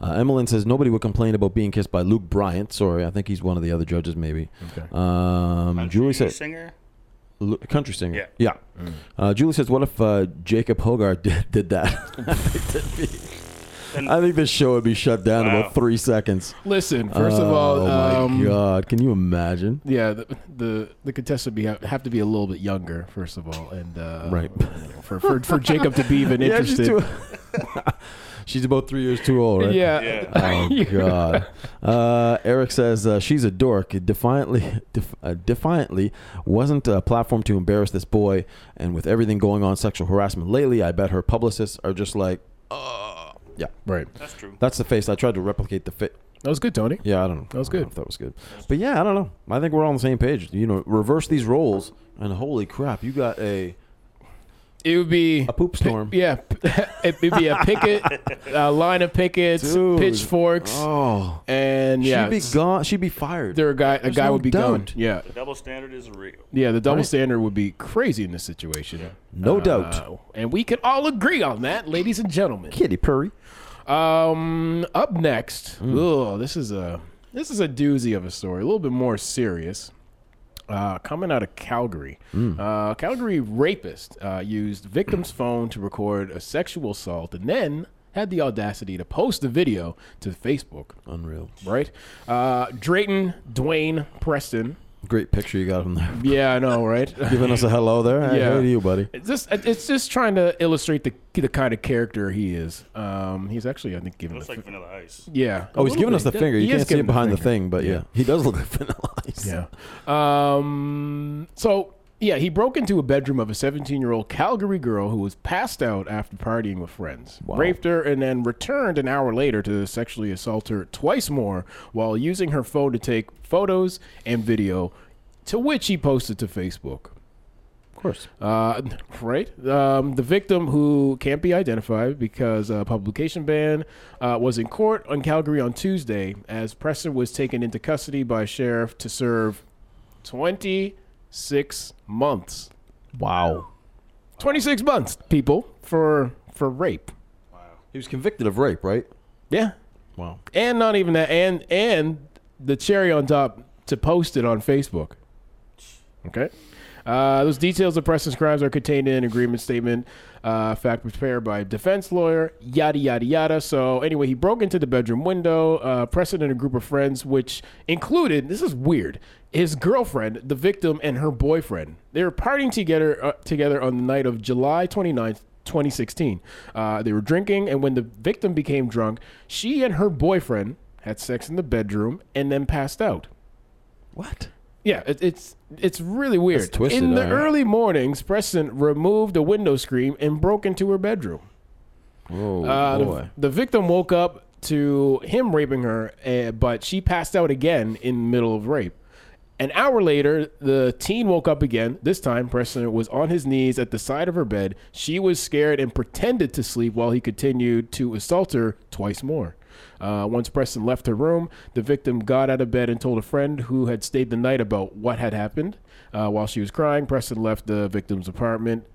[SPEAKER 2] Uh, Emmeline says nobody would complain about being kissed by Luke Bryant. Sorry, I think he's one of the other judges, maybe.
[SPEAKER 1] Okay.
[SPEAKER 2] Um,
[SPEAKER 3] country
[SPEAKER 2] Julie said,
[SPEAKER 3] singer.
[SPEAKER 2] Lu- country singer.
[SPEAKER 3] Yeah.
[SPEAKER 2] Yeah.
[SPEAKER 1] Mm.
[SPEAKER 2] Uh, Julie says, what if uh, Jacob Hogarth did, did that?
[SPEAKER 3] And-
[SPEAKER 2] I think this show would be shut down in
[SPEAKER 3] Wow.
[SPEAKER 2] about three seconds.
[SPEAKER 1] Listen, first of
[SPEAKER 2] oh
[SPEAKER 1] all,
[SPEAKER 2] my
[SPEAKER 1] um,
[SPEAKER 2] God. Can you imagine?
[SPEAKER 1] yeah, the the, the contestant be have to be a little bit younger, first of all, and uh,
[SPEAKER 2] Right.
[SPEAKER 1] you know, for, for for Jacob to be even
[SPEAKER 2] Yeah, she's
[SPEAKER 1] interested.
[SPEAKER 2] too- she's about three years too old, right?
[SPEAKER 1] Yeah.
[SPEAKER 3] Yeah.
[SPEAKER 2] Oh God! Uh, Eric says uh, she's a dork. Defiantly, def- uh, defiantly wasn't a platform to embarrass this boy. And with everything going on, sexual harassment lately, I bet her publicists are just like, oh, yeah.
[SPEAKER 1] Right.
[SPEAKER 3] That's true.
[SPEAKER 2] That's the face. I tried to replicate the fit.
[SPEAKER 1] That was good, Tony.
[SPEAKER 2] Yeah, I don't know.
[SPEAKER 1] That was
[SPEAKER 2] I don't know
[SPEAKER 1] good.
[SPEAKER 2] if that was good, but yeah, I don't know. I think we're all on the same page. You know, reverse these roles, and holy crap, you got a
[SPEAKER 1] It would be
[SPEAKER 2] a poop storm.
[SPEAKER 1] Yeah, p- it'd be a picket, a line of pickets,
[SPEAKER 2] Dude.
[SPEAKER 1] pitchforks,
[SPEAKER 2] Oh,
[SPEAKER 1] and yeah,
[SPEAKER 2] she'd be gone. She'd be fired.
[SPEAKER 1] there a guy a guy
[SPEAKER 2] no
[SPEAKER 1] would be gone.
[SPEAKER 2] doubt.
[SPEAKER 1] Yeah,
[SPEAKER 3] The double standard is real.
[SPEAKER 1] yeah, the double
[SPEAKER 2] Right.
[SPEAKER 1] standard would be crazy in this situation.
[SPEAKER 2] No
[SPEAKER 1] Uh,
[SPEAKER 2] doubt.
[SPEAKER 1] and we can all agree on that, ladies and gentlemen.
[SPEAKER 2] Kitty Purry.
[SPEAKER 1] Um, up next, ugh, this is a this is a doozy of a story, a little bit more serious. Uh, coming out of Calgary, uh, Calgary rapist uh, used victim's phone to record a sexual assault, and then had the audacity to post the video to Facebook.
[SPEAKER 2] Unreal.
[SPEAKER 1] Right, uh, Drayton Dwayne Preston.
[SPEAKER 2] Great picture you got from there.
[SPEAKER 1] Yeah, I know, right?
[SPEAKER 2] giving us a hello there. Hey,
[SPEAKER 1] Yeah.
[SPEAKER 2] how are you, buddy?
[SPEAKER 1] It's just it's just trying to illustrate the the kind of character he is. Um, he's actually I think
[SPEAKER 3] It
[SPEAKER 1] giving
[SPEAKER 3] looks
[SPEAKER 1] the
[SPEAKER 3] like Vanilla Ice.
[SPEAKER 1] yeah.
[SPEAKER 2] Oh, he's giving us the finger. You can't see it behind the,
[SPEAKER 1] thing.
[SPEAKER 2] thing, but yeah. he does look like Vanilla Ice.
[SPEAKER 1] Yeah. Um, so yeah, he broke into a bedroom of a 17-year-old Calgary girl who was passed out after partying with friends, raped her, and then returned an hour later to sexually assault her twice more while using her phone to take photos and video, to which he posted to Facebook.
[SPEAKER 2] of course.
[SPEAKER 1] Uh, right. Um, the victim, who can't be identified because a publication ban, uh, was in court on Calgary on Tuesday as Preston was taken into custody by a sheriff to serve 26 months.
[SPEAKER 2] Wow.
[SPEAKER 1] 26 months, people, for for rape.
[SPEAKER 2] He was convicted of rape, right?
[SPEAKER 1] Yeah.
[SPEAKER 2] Wow.
[SPEAKER 1] And not even that. And and the cherry on top to post it on Facebook. Okay. Uh, those details of Preston's crimes are contained in an agreement statement, uh, fact prepared by a defense lawyer, yada, yada, yada. So, anyway, he broke into the bedroom window. Uh, Preston and a group of friends, which included, this is weird, his girlfriend, the victim, and her boyfriend. They were partying together, uh, together on the night of July 29th, 2016. Uh, they were drinking, and when the victim became drunk, she and her boyfriend had sex in the bedroom and then passed out.
[SPEAKER 2] What?
[SPEAKER 1] Yeah, it, it's it's really weird.
[SPEAKER 2] That's twisted,
[SPEAKER 1] in the
[SPEAKER 2] alright.
[SPEAKER 1] early mornings, Preston removed a window screen and broke into her bedroom.
[SPEAKER 2] Whoa,
[SPEAKER 1] Uh, the,
[SPEAKER 2] Oh, boy.
[SPEAKER 1] the victim woke up to him raping her, uh, but she passed out again in the middle of rape. An hour later, the teen woke up again. This time, Preston was on his knees at the side of her bed. She was scared and pretended to sleep while he continued to assault her twice more. Uh, once Preston left her room, the victim got out of bed and told a friend who had stayed the night about what had happened. Uh, while she was crying, Preston left the victim's apartment.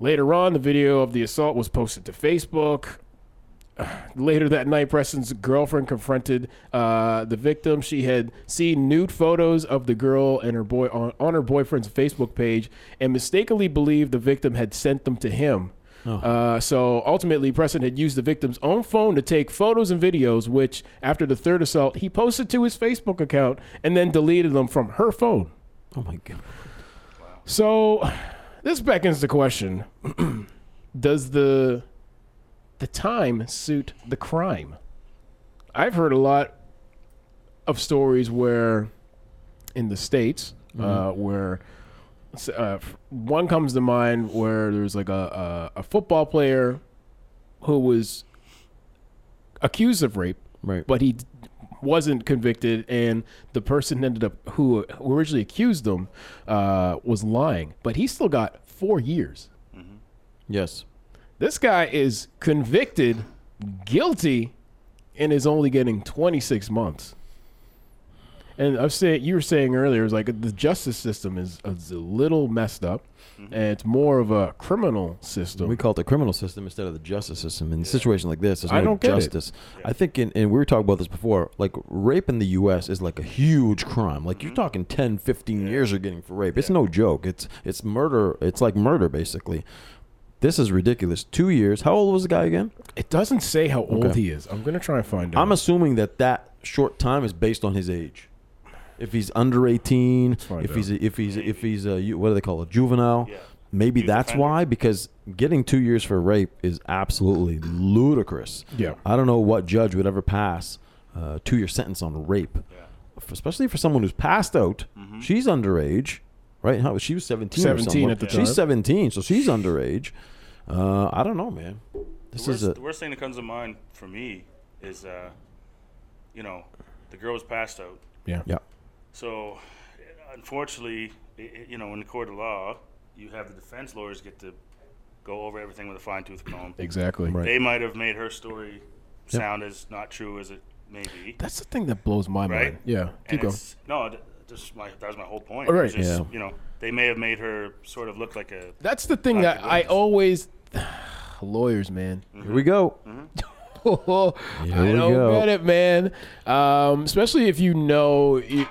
[SPEAKER 1] Later on, the video of the assault was posted to Facebook. Later that night, Preston's girlfriend confronted uh, the victim. She had seen nude photos of the girl and her boy on, on her boyfriend's Facebook page, and mistakenly believed the victim had sent them to him. Uh, so ultimately, Preston had used the victim's own phone to take photos and videos, which, after the third assault, he posted to his Facebook account and then deleted them from her phone.
[SPEAKER 2] oh my God.
[SPEAKER 1] So this beckons the question: Does the the time suit the crime? I've heard a lot of stories where in the states uh, where s- uh, f- one comes to mind where there's like a, a, a football player who was accused of rape
[SPEAKER 2] Right.
[SPEAKER 1] but he d- wasn't convicted, and the person ended up who originally accused him uh, was lying, but he still got four years.
[SPEAKER 2] yes.
[SPEAKER 1] This guy is convicted, guilty, and is only getting 26 months. and I've said you were saying earlier, it's like the justice system is, is a little messed up, and it's more of a criminal system.
[SPEAKER 2] We call it the criminal system instead of the justice system. In a situation like this, there's no
[SPEAKER 1] I don't get it.
[SPEAKER 2] justice. I think, in, and we were talking about this before, like rape in the U.S. is like a huge crime. Like
[SPEAKER 1] Mm-hmm.
[SPEAKER 2] you're talking 10, 15 years you're getting for rape. It's no joke. It's it's murder. It's like murder, basically. This is ridiculous. Two years. How old was the guy again?
[SPEAKER 1] It doesn't say how old he is. I'm gonna try and find out.
[SPEAKER 2] I'm assuming that that short time is based on his age. If he's under 18,
[SPEAKER 1] find
[SPEAKER 2] if
[SPEAKER 1] out.
[SPEAKER 2] he's a, if he's a, if he's a you- what do they call it, juvenile?
[SPEAKER 3] Yeah.
[SPEAKER 2] Maybe
[SPEAKER 3] Youth
[SPEAKER 2] that's
[SPEAKER 3] offender.
[SPEAKER 2] why because getting 2 years for rape is absolutely ludicrous.
[SPEAKER 1] Yeah.
[SPEAKER 2] I don't know what judge would ever pass a 2 year sentence on rape. F- Especially for someone who's passed out.
[SPEAKER 3] Mm-hmm.
[SPEAKER 2] She's underage, right? How she was 17 or
[SPEAKER 1] 17
[SPEAKER 2] something.
[SPEAKER 1] at the
[SPEAKER 2] She's
[SPEAKER 1] time.
[SPEAKER 2] 17, so she's underage. Uh, I don't know, man. This
[SPEAKER 3] the worst,
[SPEAKER 2] is a
[SPEAKER 3] the worst thing that comes to mind for me is, uh, you know, the girl was passed out.
[SPEAKER 1] yeah.
[SPEAKER 2] yeah.
[SPEAKER 3] So, unfortunately, i i- you know, in the court of law, you have the defense lawyers get to go over everything with a fine tooth comb.
[SPEAKER 1] Exactly.
[SPEAKER 2] Right.
[SPEAKER 3] They might have made her story sound as not true as it may be.
[SPEAKER 1] That's the thing that blows my
[SPEAKER 3] Right?
[SPEAKER 1] mind. Yeah.
[SPEAKER 3] and
[SPEAKER 1] Keep going.
[SPEAKER 3] it's, no, th- just my, that was my whole point.
[SPEAKER 1] Oh, right,
[SPEAKER 3] It's just,
[SPEAKER 2] yeah.
[SPEAKER 3] You know, they may have made her sort of look like a.
[SPEAKER 1] That's the thing that I always lawyers, man.
[SPEAKER 2] Here
[SPEAKER 3] Mm-hmm.
[SPEAKER 2] we go.
[SPEAKER 1] Oh,
[SPEAKER 2] Here
[SPEAKER 1] I
[SPEAKER 2] we
[SPEAKER 1] don't
[SPEAKER 2] go.
[SPEAKER 1] get it, man. Um, especially if you know. You,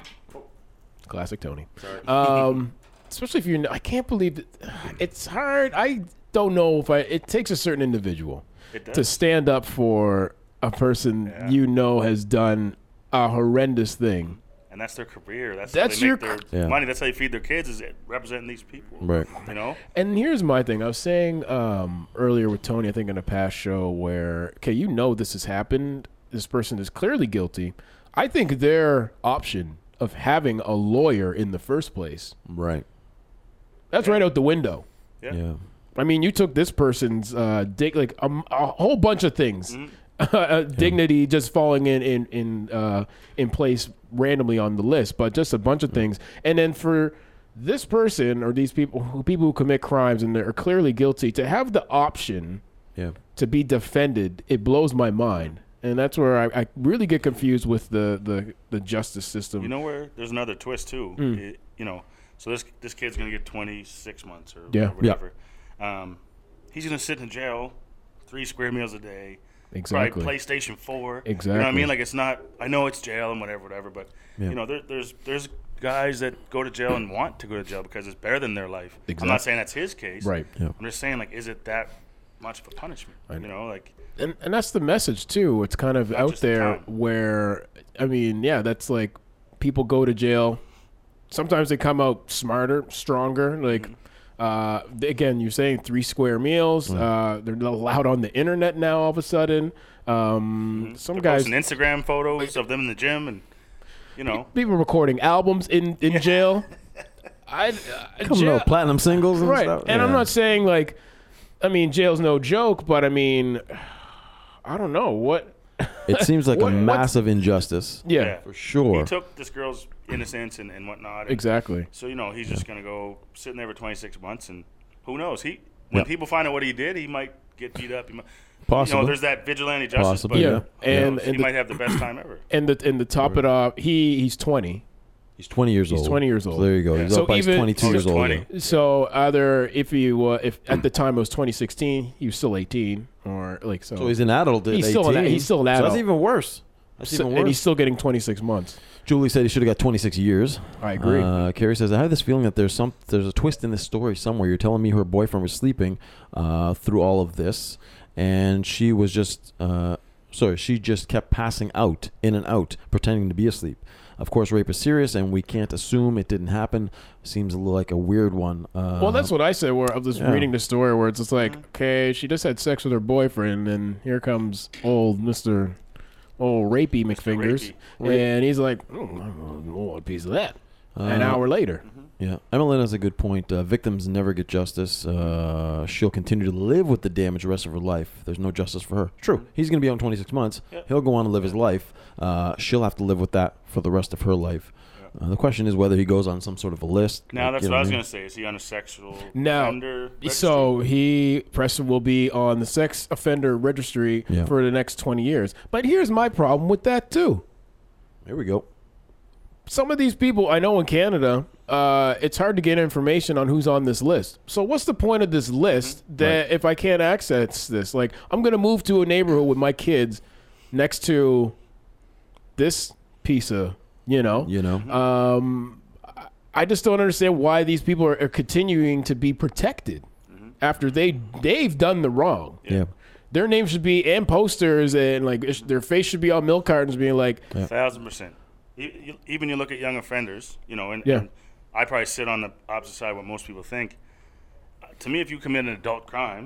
[SPEAKER 1] classic Tony. Um, especially if you know. I can't believe that, it's hard. I don't know if I. It takes a certain individual
[SPEAKER 3] It
[SPEAKER 1] to
[SPEAKER 3] does.
[SPEAKER 1] stand up for a person you know has done a horrendous thing.
[SPEAKER 3] and that's their career. That's,
[SPEAKER 1] That's
[SPEAKER 3] how they
[SPEAKER 1] your
[SPEAKER 3] make their
[SPEAKER 1] cr-
[SPEAKER 2] Yeah.
[SPEAKER 3] money. That's how they feed their kids is representing these people.
[SPEAKER 2] Right.
[SPEAKER 3] You know?
[SPEAKER 1] And here's my thing. I was saying um, earlier with Tony, I think in a past show, where okay, you know this has happened. This person is clearly guilty. I think their option of having a lawyer in the first place
[SPEAKER 2] Right.
[SPEAKER 1] that's right out the window.
[SPEAKER 3] Yeah.
[SPEAKER 2] Yeah.
[SPEAKER 1] I mean, you took this person's uh, dig like um, a whole bunch of things, Uh, dignity just falling in in in uh, in place randomly on the list, but just a bunch of things. And then for this person or these people, who, people who commit crimes and are clearly guilty, to have the option
[SPEAKER 2] Yeah.
[SPEAKER 1] to be defended, it blows my mind. And that's where I, I really get confused with the the, the justice system.
[SPEAKER 3] You know where? There's another twist too.
[SPEAKER 1] Hmm.
[SPEAKER 3] It- you know, so this this kid's gonna get 26 months or
[SPEAKER 1] Yeah. Yeah.
[SPEAKER 3] whatever. Um, he's gonna sit in jail, three square meals a day.
[SPEAKER 1] Exactly.
[SPEAKER 3] Probably PlayStation 4. You know what I
[SPEAKER 1] Exactly.
[SPEAKER 3] mean? Like it's not. I know it's jail and whatever, whatever. But you know, there, there's there's guys that go to jail and want to go to jail because it's better than their life. I'm
[SPEAKER 1] Exact-
[SPEAKER 3] not saying that's his case.
[SPEAKER 1] Right.
[SPEAKER 2] Yeah.
[SPEAKER 3] I'm just saying like, is it that much of a punishment? You know, like
[SPEAKER 1] and, and that's the message too. It's kind of out
[SPEAKER 3] just the
[SPEAKER 1] there
[SPEAKER 3] time.
[SPEAKER 1] where I mean, yeah, that's like people go to jail. Sometimes they come out smarter, stronger. Like uh,
[SPEAKER 3] Mm-hmm.
[SPEAKER 1] th- again, you're saying three square meals.
[SPEAKER 2] Mm.
[SPEAKER 1] Uh, they're not allowed on the internet now. All of a sudden, um, some
[SPEAKER 3] Mm-hmm. they're
[SPEAKER 1] guys
[SPEAKER 3] posting Instagram photos of them in the gym and you know.
[SPEAKER 1] people recording albums in in jail. I uh,
[SPEAKER 2] Come
[SPEAKER 1] jail-
[SPEAKER 2] on, platinum singles and
[SPEAKER 1] right?
[SPEAKER 2] stuff.
[SPEAKER 1] And I'm
[SPEAKER 2] Yeah.
[SPEAKER 1] not saying like, I mean, jail's no joke, but I mean, I don't know what.
[SPEAKER 2] It seems like
[SPEAKER 1] What-
[SPEAKER 2] a
[SPEAKER 1] what's-
[SPEAKER 2] massive injustice.
[SPEAKER 1] yeah.
[SPEAKER 2] For
[SPEAKER 3] He
[SPEAKER 2] sure.
[SPEAKER 3] took this girl's innocence and, and whatnot. and-
[SPEAKER 1] exactly.
[SPEAKER 3] So you know he's just gonna go sitting there for 26 months, and who knows? He when people find out what he did, he might get beat up. He might, You
[SPEAKER 2] Possibly.
[SPEAKER 3] know, there's that vigilante justice,
[SPEAKER 2] Possibly,
[SPEAKER 1] Yeah,
[SPEAKER 2] Yeah.
[SPEAKER 1] and
[SPEAKER 3] but he
[SPEAKER 1] and the,
[SPEAKER 3] might have the best time ever.
[SPEAKER 1] and the and the top it off, he he's twenty.
[SPEAKER 2] He's 20 years old.
[SPEAKER 1] 20 years old.
[SPEAKER 2] So there you go. He's
[SPEAKER 1] So
[SPEAKER 2] up by he's
[SPEAKER 1] even-
[SPEAKER 2] 22
[SPEAKER 3] Oh,
[SPEAKER 2] years
[SPEAKER 3] he's
[SPEAKER 2] old.
[SPEAKER 3] 20.
[SPEAKER 2] yeah.
[SPEAKER 1] So either if you uh, if at the time it was 2016, he was still 18, or like so,
[SPEAKER 2] So he's an adult. at
[SPEAKER 1] He's still an a-
[SPEAKER 2] 18.
[SPEAKER 1] he's still an
[SPEAKER 2] So
[SPEAKER 1] adult.
[SPEAKER 2] that's even worse. That's
[SPEAKER 1] So-
[SPEAKER 2] even
[SPEAKER 1] and
[SPEAKER 2] worse.
[SPEAKER 1] he's still getting 26 months.
[SPEAKER 2] Julie said he should have got 26 years.
[SPEAKER 1] I agree.
[SPEAKER 2] Uh, Carrie says, I have this feeling that there's some there's a twist in this story somewhere. You're telling me her boyfriend was sleeping uh, through all of this, and she was just uh, sorry, she just kept passing out in and out, pretending to be asleep. Of course, rape is serious, and we can't assume it didn't happen. Seems a little like a weird one. Uh,
[SPEAKER 1] well, that's what I said. Where I was
[SPEAKER 2] yeah.
[SPEAKER 1] reading the story, where it's just like, okay, she just had sex with her boyfriend, and here comes old Mister, old rapey McFingers,
[SPEAKER 2] Rapey.
[SPEAKER 1] and he's like, mm, I want a piece of that. An
[SPEAKER 2] Uh-huh.
[SPEAKER 1] hour later,
[SPEAKER 2] Yeah, Emmeline has a good point. Uh, victims never get justice. Uh, she'll continue to live with the damage the rest of her life. There's no justice for her. True. He's going to be on 26 months. He'll go on to live his life. Uh, she'll have to live with that for the rest of her life. Uh, the question is whether he goes on some sort of a list.
[SPEAKER 3] Now
[SPEAKER 2] like,
[SPEAKER 3] that's
[SPEAKER 2] you
[SPEAKER 3] what
[SPEAKER 2] know
[SPEAKER 3] I was
[SPEAKER 2] mean?
[SPEAKER 3] gonna say. Is he on a sexual
[SPEAKER 1] Now,
[SPEAKER 3] offender? registry?
[SPEAKER 1] so he Preston will be on the sex offender registry
[SPEAKER 2] Yeah.
[SPEAKER 1] for the next twenty years. But here's my problem with that too.
[SPEAKER 2] Here we go.
[SPEAKER 1] some of these people I know in Canada, uh, it's hard to get information on who's on this list. So what's the point of this list that if I can't access this? Like I'm gonna move to a neighborhood with my kids next to this piece of you know.
[SPEAKER 2] You know,
[SPEAKER 3] Mm-hmm.
[SPEAKER 1] Um, I just don't understand why these people are, are continuing to be protected
[SPEAKER 3] Mm-hmm.
[SPEAKER 1] after they they've done the wrong.
[SPEAKER 2] yeah.
[SPEAKER 1] Their names should be and posters and like it sh- their face should be on milk cartons, being like,
[SPEAKER 3] thousand percent. E- you- Even you look at young offenders, you know, and,
[SPEAKER 1] Yeah.
[SPEAKER 3] and I probably sit on the opposite side what most people think. Uh, to me, if you commit an adult crime,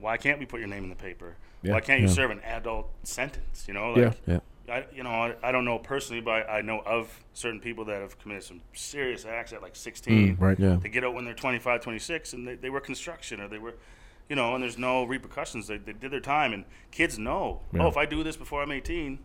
[SPEAKER 3] why can't we put your name in the paper?
[SPEAKER 1] Yeah.
[SPEAKER 3] Why can't you serve an adult sentence? You know,
[SPEAKER 1] Yeah.
[SPEAKER 3] like
[SPEAKER 2] yeah,
[SPEAKER 3] I, you know, I, I don't know personally, but I know of certain people that have committed some serious acts at like 16.
[SPEAKER 1] right.
[SPEAKER 2] Mm, yeah,
[SPEAKER 3] They get out when they're 25, 26, and they, they were construction or they were, you know, and there's no repercussions. They, they did their time, and kids know,
[SPEAKER 1] Yeah.
[SPEAKER 3] oh, if I do this before I'm 18,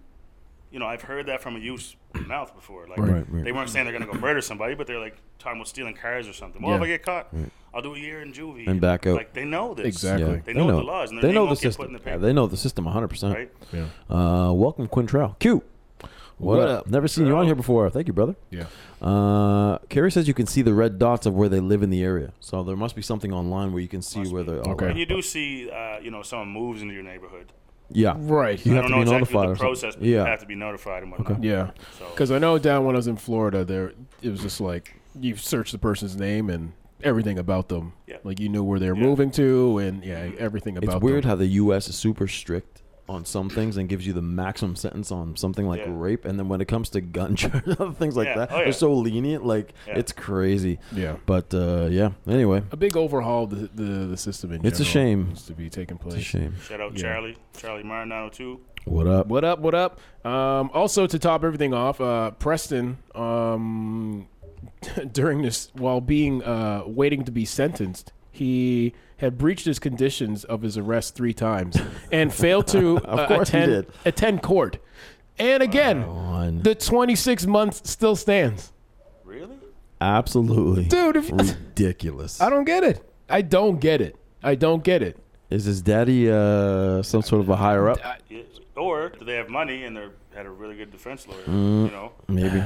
[SPEAKER 3] you know, I've heard that from a youth's mouth before. Like,
[SPEAKER 2] Right, right.
[SPEAKER 3] they weren't saying they're going to go murder somebody, but they're like talking about stealing cars or something. Well, if
[SPEAKER 1] Yeah.
[SPEAKER 3] I get caught, I'll do a year in juvie.
[SPEAKER 2] And back out.
[SPEAKER 3] Like, they know this.
[SPEAKER 1] Exactly.
[SPEAKER 2] yeah.
[SPEAKER 1] They
[SPEAKER 3] They, know, the laws, and their
[SPEAKER 2] They
[SPEAKER 3] name
[SPEAKER 2] know the
[SPEAKER 3] won't get put
[SPEAKER 2] system.
[SPEAKER 3] in the
[SPEAKER 2] Yeah,
[SPEAKER 3] paper,
[SPEAKER 2] they know the system 100. percent
[SPEAKER 3] right?
[SPEAKER 1] yeah,
[SPEAKER 2] Uh, welcome, Quintrell. Q. What,
[SPEAKER 1] What
[SPEAKER 2] up? Never seen you on here before. Thank you, brother.
[SPEAKER 1] yeah.
[SPEAKER 2] Uh, Carrie says you can see the red dots of where they live in the area. So there must be something online where you can see where they're.
[SPEAKER 1] Okay.
[SPEAKER 3] And you do see, uh, you know, someone moves into your neighborhood.
[SPEAKER 2] Yeah.
[SPEAKER 1] Right.
[SPEAKER 2] You
[SPEAKER 3] I
[SPEAKER 2] have to
[SPEAKER 3] don't
[SPEAKER 2] be
[SPEAKER 3] know exactly
[SPEAKER 2] notified
[SPEAKER 3] the
[SPEAKER 2] or something.
[SPEAKER 3] process, but you
[SPEAKER 2] Yeah.
[SPEAKER 3] have to be notified and whatnot.
[SPEAKER 1] Yeah,
[SPEAKER 3] So-
[SPEAKER 1] because I know down when I was in Florida, there it was just like you search the person's name and everything about them.
[SPEAKER 3] Yeah.
[SPEAKER 1] Like you knew where they were moving to, and yeah, everything about.
[SPEAKER 2] It's weird
[SPEAKER 1] Them.
[SPEAKER 2] how the U.S. is super strict on some things and gives you the maximum sentence on something like
[SPEAKER 3] Yeah.
[SPEAKER 2] rape, and then when it comes to gun charges, other things like
[SPEAKER 3] Yeah.
[SPEAKER 2] that,
[SPEAKER 3] Oh, yeah.
[SPEAKER 2] they're so lenient. Like
[SPEAKER 3] Yeah.
[SPEAKER 2] it's crazy.
[SPEAKER 1] Yeah.
[SPEAKER 2] But uh, yeah. Anyway,
[SPEAKER 1] A big overhaul of the, the the system in
[SPEAKER 2] It's a
[SPEAKER 1] general
[SPEAKER 2] shame.
[SPEAKER 1] needs to be taking place.
[SPEAKER 2] it's a shame.
[SPEAKER 3] Shout out
[SPEAKER 1] Yeah.
[SPEAKER 3] Charlie, Charlie Martin 902.
[SPEAKER 2] What up?
[SPEAKER 1] What up? What up? Um, also, to top everything off, uh, Preston, um, during this, while being uh, waiting to be sentenced, he had breached his conditions of his arrest three times and failed to uh,
[SPEAKER 2] course he
[SPEAKER 1] attend
[SPEAKER 2] did.
[SPEAKER 1] attend court. And again,
[SPEAKER 2] On
[SPEAKER 1] the 26 months still stands,
[SPEAKER 3] Really?
[SPEAKER 2] absolutely
[SPEAKER 1] dude. If,
[SPEAKER 2] ridiculous.
[SPEAKER 1] I don't get it. I don't get it. I don't get it.
[SPEAKER 2] Is his daddy uh, some sort of a higher up?
[SPEAKER 3] Yeah. Or do they have money and they are had a really good defense lawyer?
[SPEAKER 2] Mm.
[SPEAKER 3] You know,
[SPEAKER 2] Maybe.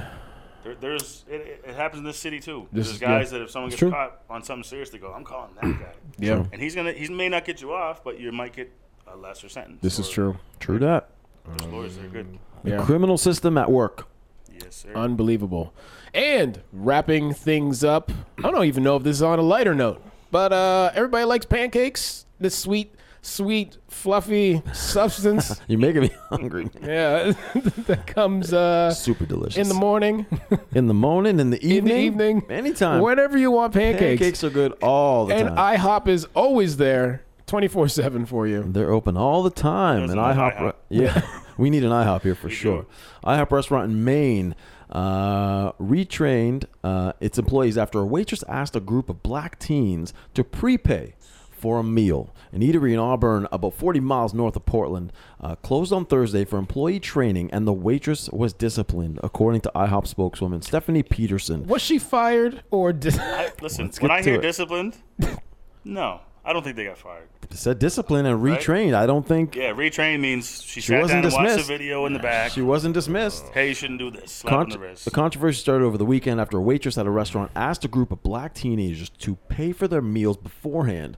[SPEAKER 3] there, there's it, it- it happens in this city too.
[SPEAKER 1] This
[SPEAKER 3] there's
[SPEAKER 1] is-
[SPEAKER 3] guys
[SPEAKER 1] yeah.
[SPEAKER 3] that if someone gets
[SPEAKER 2] true.
[SPEAKER 3] caught on something serious, they go, "I'm calling that guy,"
[SPEAKER 1] Yeah,
[SPEAKER 3] and he's gonna he may not get you off, but you might get a lesser sentence.
[SPEAKER 1] this is
[SPEAKER 3] Or
[SPEAKER 1] true.
[SPEAKER 2] True that.
[SPEAKER 3] those Lawyers, they're good.
[SPEAKER 1] Yeah.
[SPEAKER 2] Criminal system at work.
[SPEAKER 3] Yes, sir.
[SPEAKER 2] Uh,
[SPEAKER 1] Unbelievable. And wrapping things up, I don't even know if this is on a lighter note, but uh, everybody likes pancakes. This sweet, sweet, fluffy substance.
[SPEAKER 2] You're making me hungry.
[SPEAKER 1] yeah, that comes uh,
[SPEAKER 2] Super delicious.
[SPEAKER 1] in the morning,
[SPEAKER 2] in the morning, in the
[SPEAKER 1] in
[SPEAKER 2] evening,
[SPEAKER 1] the evening,
[SPEAKER 2] anytime.
[SPEAKER 1] whenever you want pancakes.
[SPEAKER 2] pancakes. are good all the
[SPEAKER 1] and
[SPEAKER 2] time.
[SPEAKER 1] IHOP is always there, twenty four seven for you.
[SPEAKER 2] They're open all the time.
[SPEAKER 3] There's
[SPEAKER 2] and
[SPEAKER 3] an
[SPEAKER 2] IHOP,
[SPEAKER 3] IHOP.
[SPEAKER 2] re- yeah, we need an IHOP here for sure. IHOP restaurant in Maine uh, retrained uh, its employees after a waitress asked a group of black teens to prepay for a meal. An eatery in Auburn, about 40 miles north of Portland, uh, closed on Thursday for employee training, and the waitress was disciplined, according to IHOP spokeswoman Stephanie Peterson.
[SPEAKER 1] Was she fired or? Oh Dis-
[SPEAKER 3] I, listen,
[SPEAKER 2] Let's
[SPEAKER 3] when
[SPEAKER 2] get
[SPEAKER 3] I
[SPEAKER 2] to
[SPEAKER 3] hear
[SPEAKER 2] it.
[SPEAKER 3] disciplined, no, I don't think they got fired.
[SPEAKER 2] It said disciplined and retrained. I don't think
[SPEAKER 3] Yeah, retrain means she,
[SPEAKER 2] She
[SPEAKER 3] sat
[SPEAKER 2] wasn't
[SPEAKER 3] down and watched the
[SPEAKER 2] dismissed.
[SPEAKER 3] video in the back.
[SPEAKER 2] she wasn't dismissed.
[SPEAKER 3] hey, you shouldn't do this. Slap on
[SPEAKER 2] Contr-
[SPEAKER 3] the wrist.
[SPEAKER 2] the controversy started over the weekend after a waitress at a restaurant asked a group of black teenagers to pay for their meals beforehand.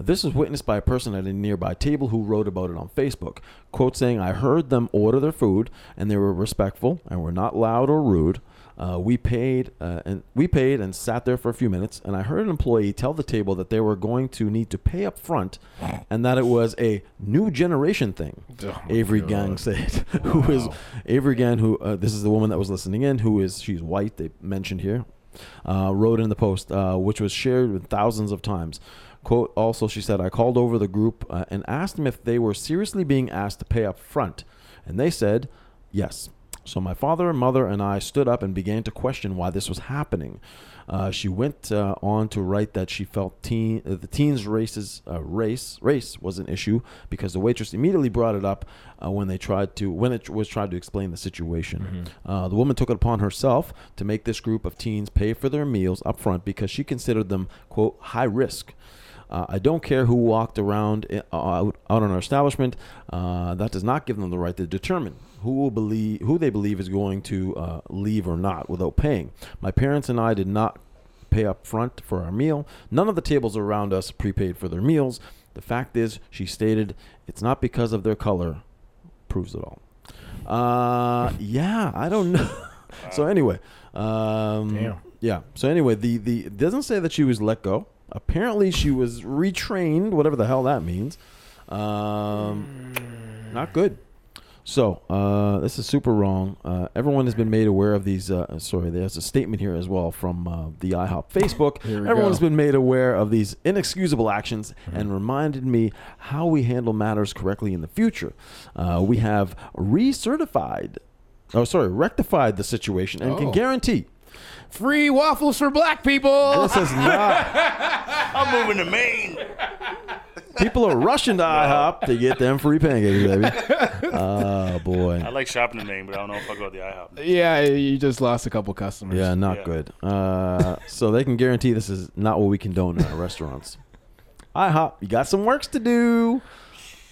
[SPEAKER 2] This was witnessed by a person at a nearby table who wrote about it on Facebook. Quote saying, I heard them order their food and they were respectful and were not loud or rude. Uh, we paid uh, and we paid and sat there for a few minutes and I heard an employee tell the table that they were going to need to pay up front and that it was a new generation thing.
[SPEAKER 1] Oh my
[SPEAKER 2] Avery
[SPEAKER 1] God.
[SPEAKER 2] Gang said, who is Avery Gann, who uh, this is the woman that was listening in, who is she's white. They mentioned here, uh, wrote in the post, uh, which was shared with thousands of times. Quote. Also, she said, I called over the group uh, and asked them if they were seriously being asked to pay up front, and they said, yes. So my father, mother, and I stood up and began to question why this was happening. Uh, she went uh, on to write that she felt teen, uh, the teens' races, uh, race race was an issue because the waitress immediately brought it up uh, when they tried to when it was tried to explain the situation. Uh, the woman took it upon herself to make this group of teens pay for their meals up front because she considered them quote high risk. Uh, I don't care who walked around i- out, out on our establishment. Uh, that does not give them the right to determine who will believe who they believe is going to uh, leave or not without paying. My parents and I did not pay up front for our meal. None of the tables around us prepaid for their meals. The fact is, she stated, it's not because of their color. Proves it all. Uh, yeah, I don't know. so anyway, um,
[SPEAKER 1] Damn.
[SPEAKER 2] yeah. So anyway, the the it doesn't say that she was let go. Apparently, she was retrained, whatever the hell that means. Um, not good. So uh, this is super wrong. Uh, everyone has been made aware of these. Uh, sorry, there's a statement here as well from uh, the IHOP Facebook.
[SPEAKER 1] Here we
[SPEAKER 2] Everyone
[SPEAKER 1] go. Mm-hmm.
[SPEAKER 2] has been made aware of these inexcusable actions and reminded me how we handle matters correctly in the future. Uh, we have recertified, oh sorry, rectified the situation and
[SPEAKER 1] Oh.
[SPEAKER 2] can guarantee
[SPEAKER 1] Free waffles for black people.
[SPEAKER 2] this is not.
[SPEAKER 3] I'm moving to Maine.
[SPEAKER 2] People are rushing to IHOP to get them free pancakes, baby. Oh boy.
[SPEAKER 3] I like shopping in Maine, but I don't know if I go to the IHOP.
[SPEAKER 1] yeah, you just lost a couple customers.
[SPEAKER 2] Yeah, not
[SPEAKER 3] Yeah.
[SPEAKER 2] good. Uh, so they can guarantee this is not what we condone in our restaurants. IHOP, you got some works to do.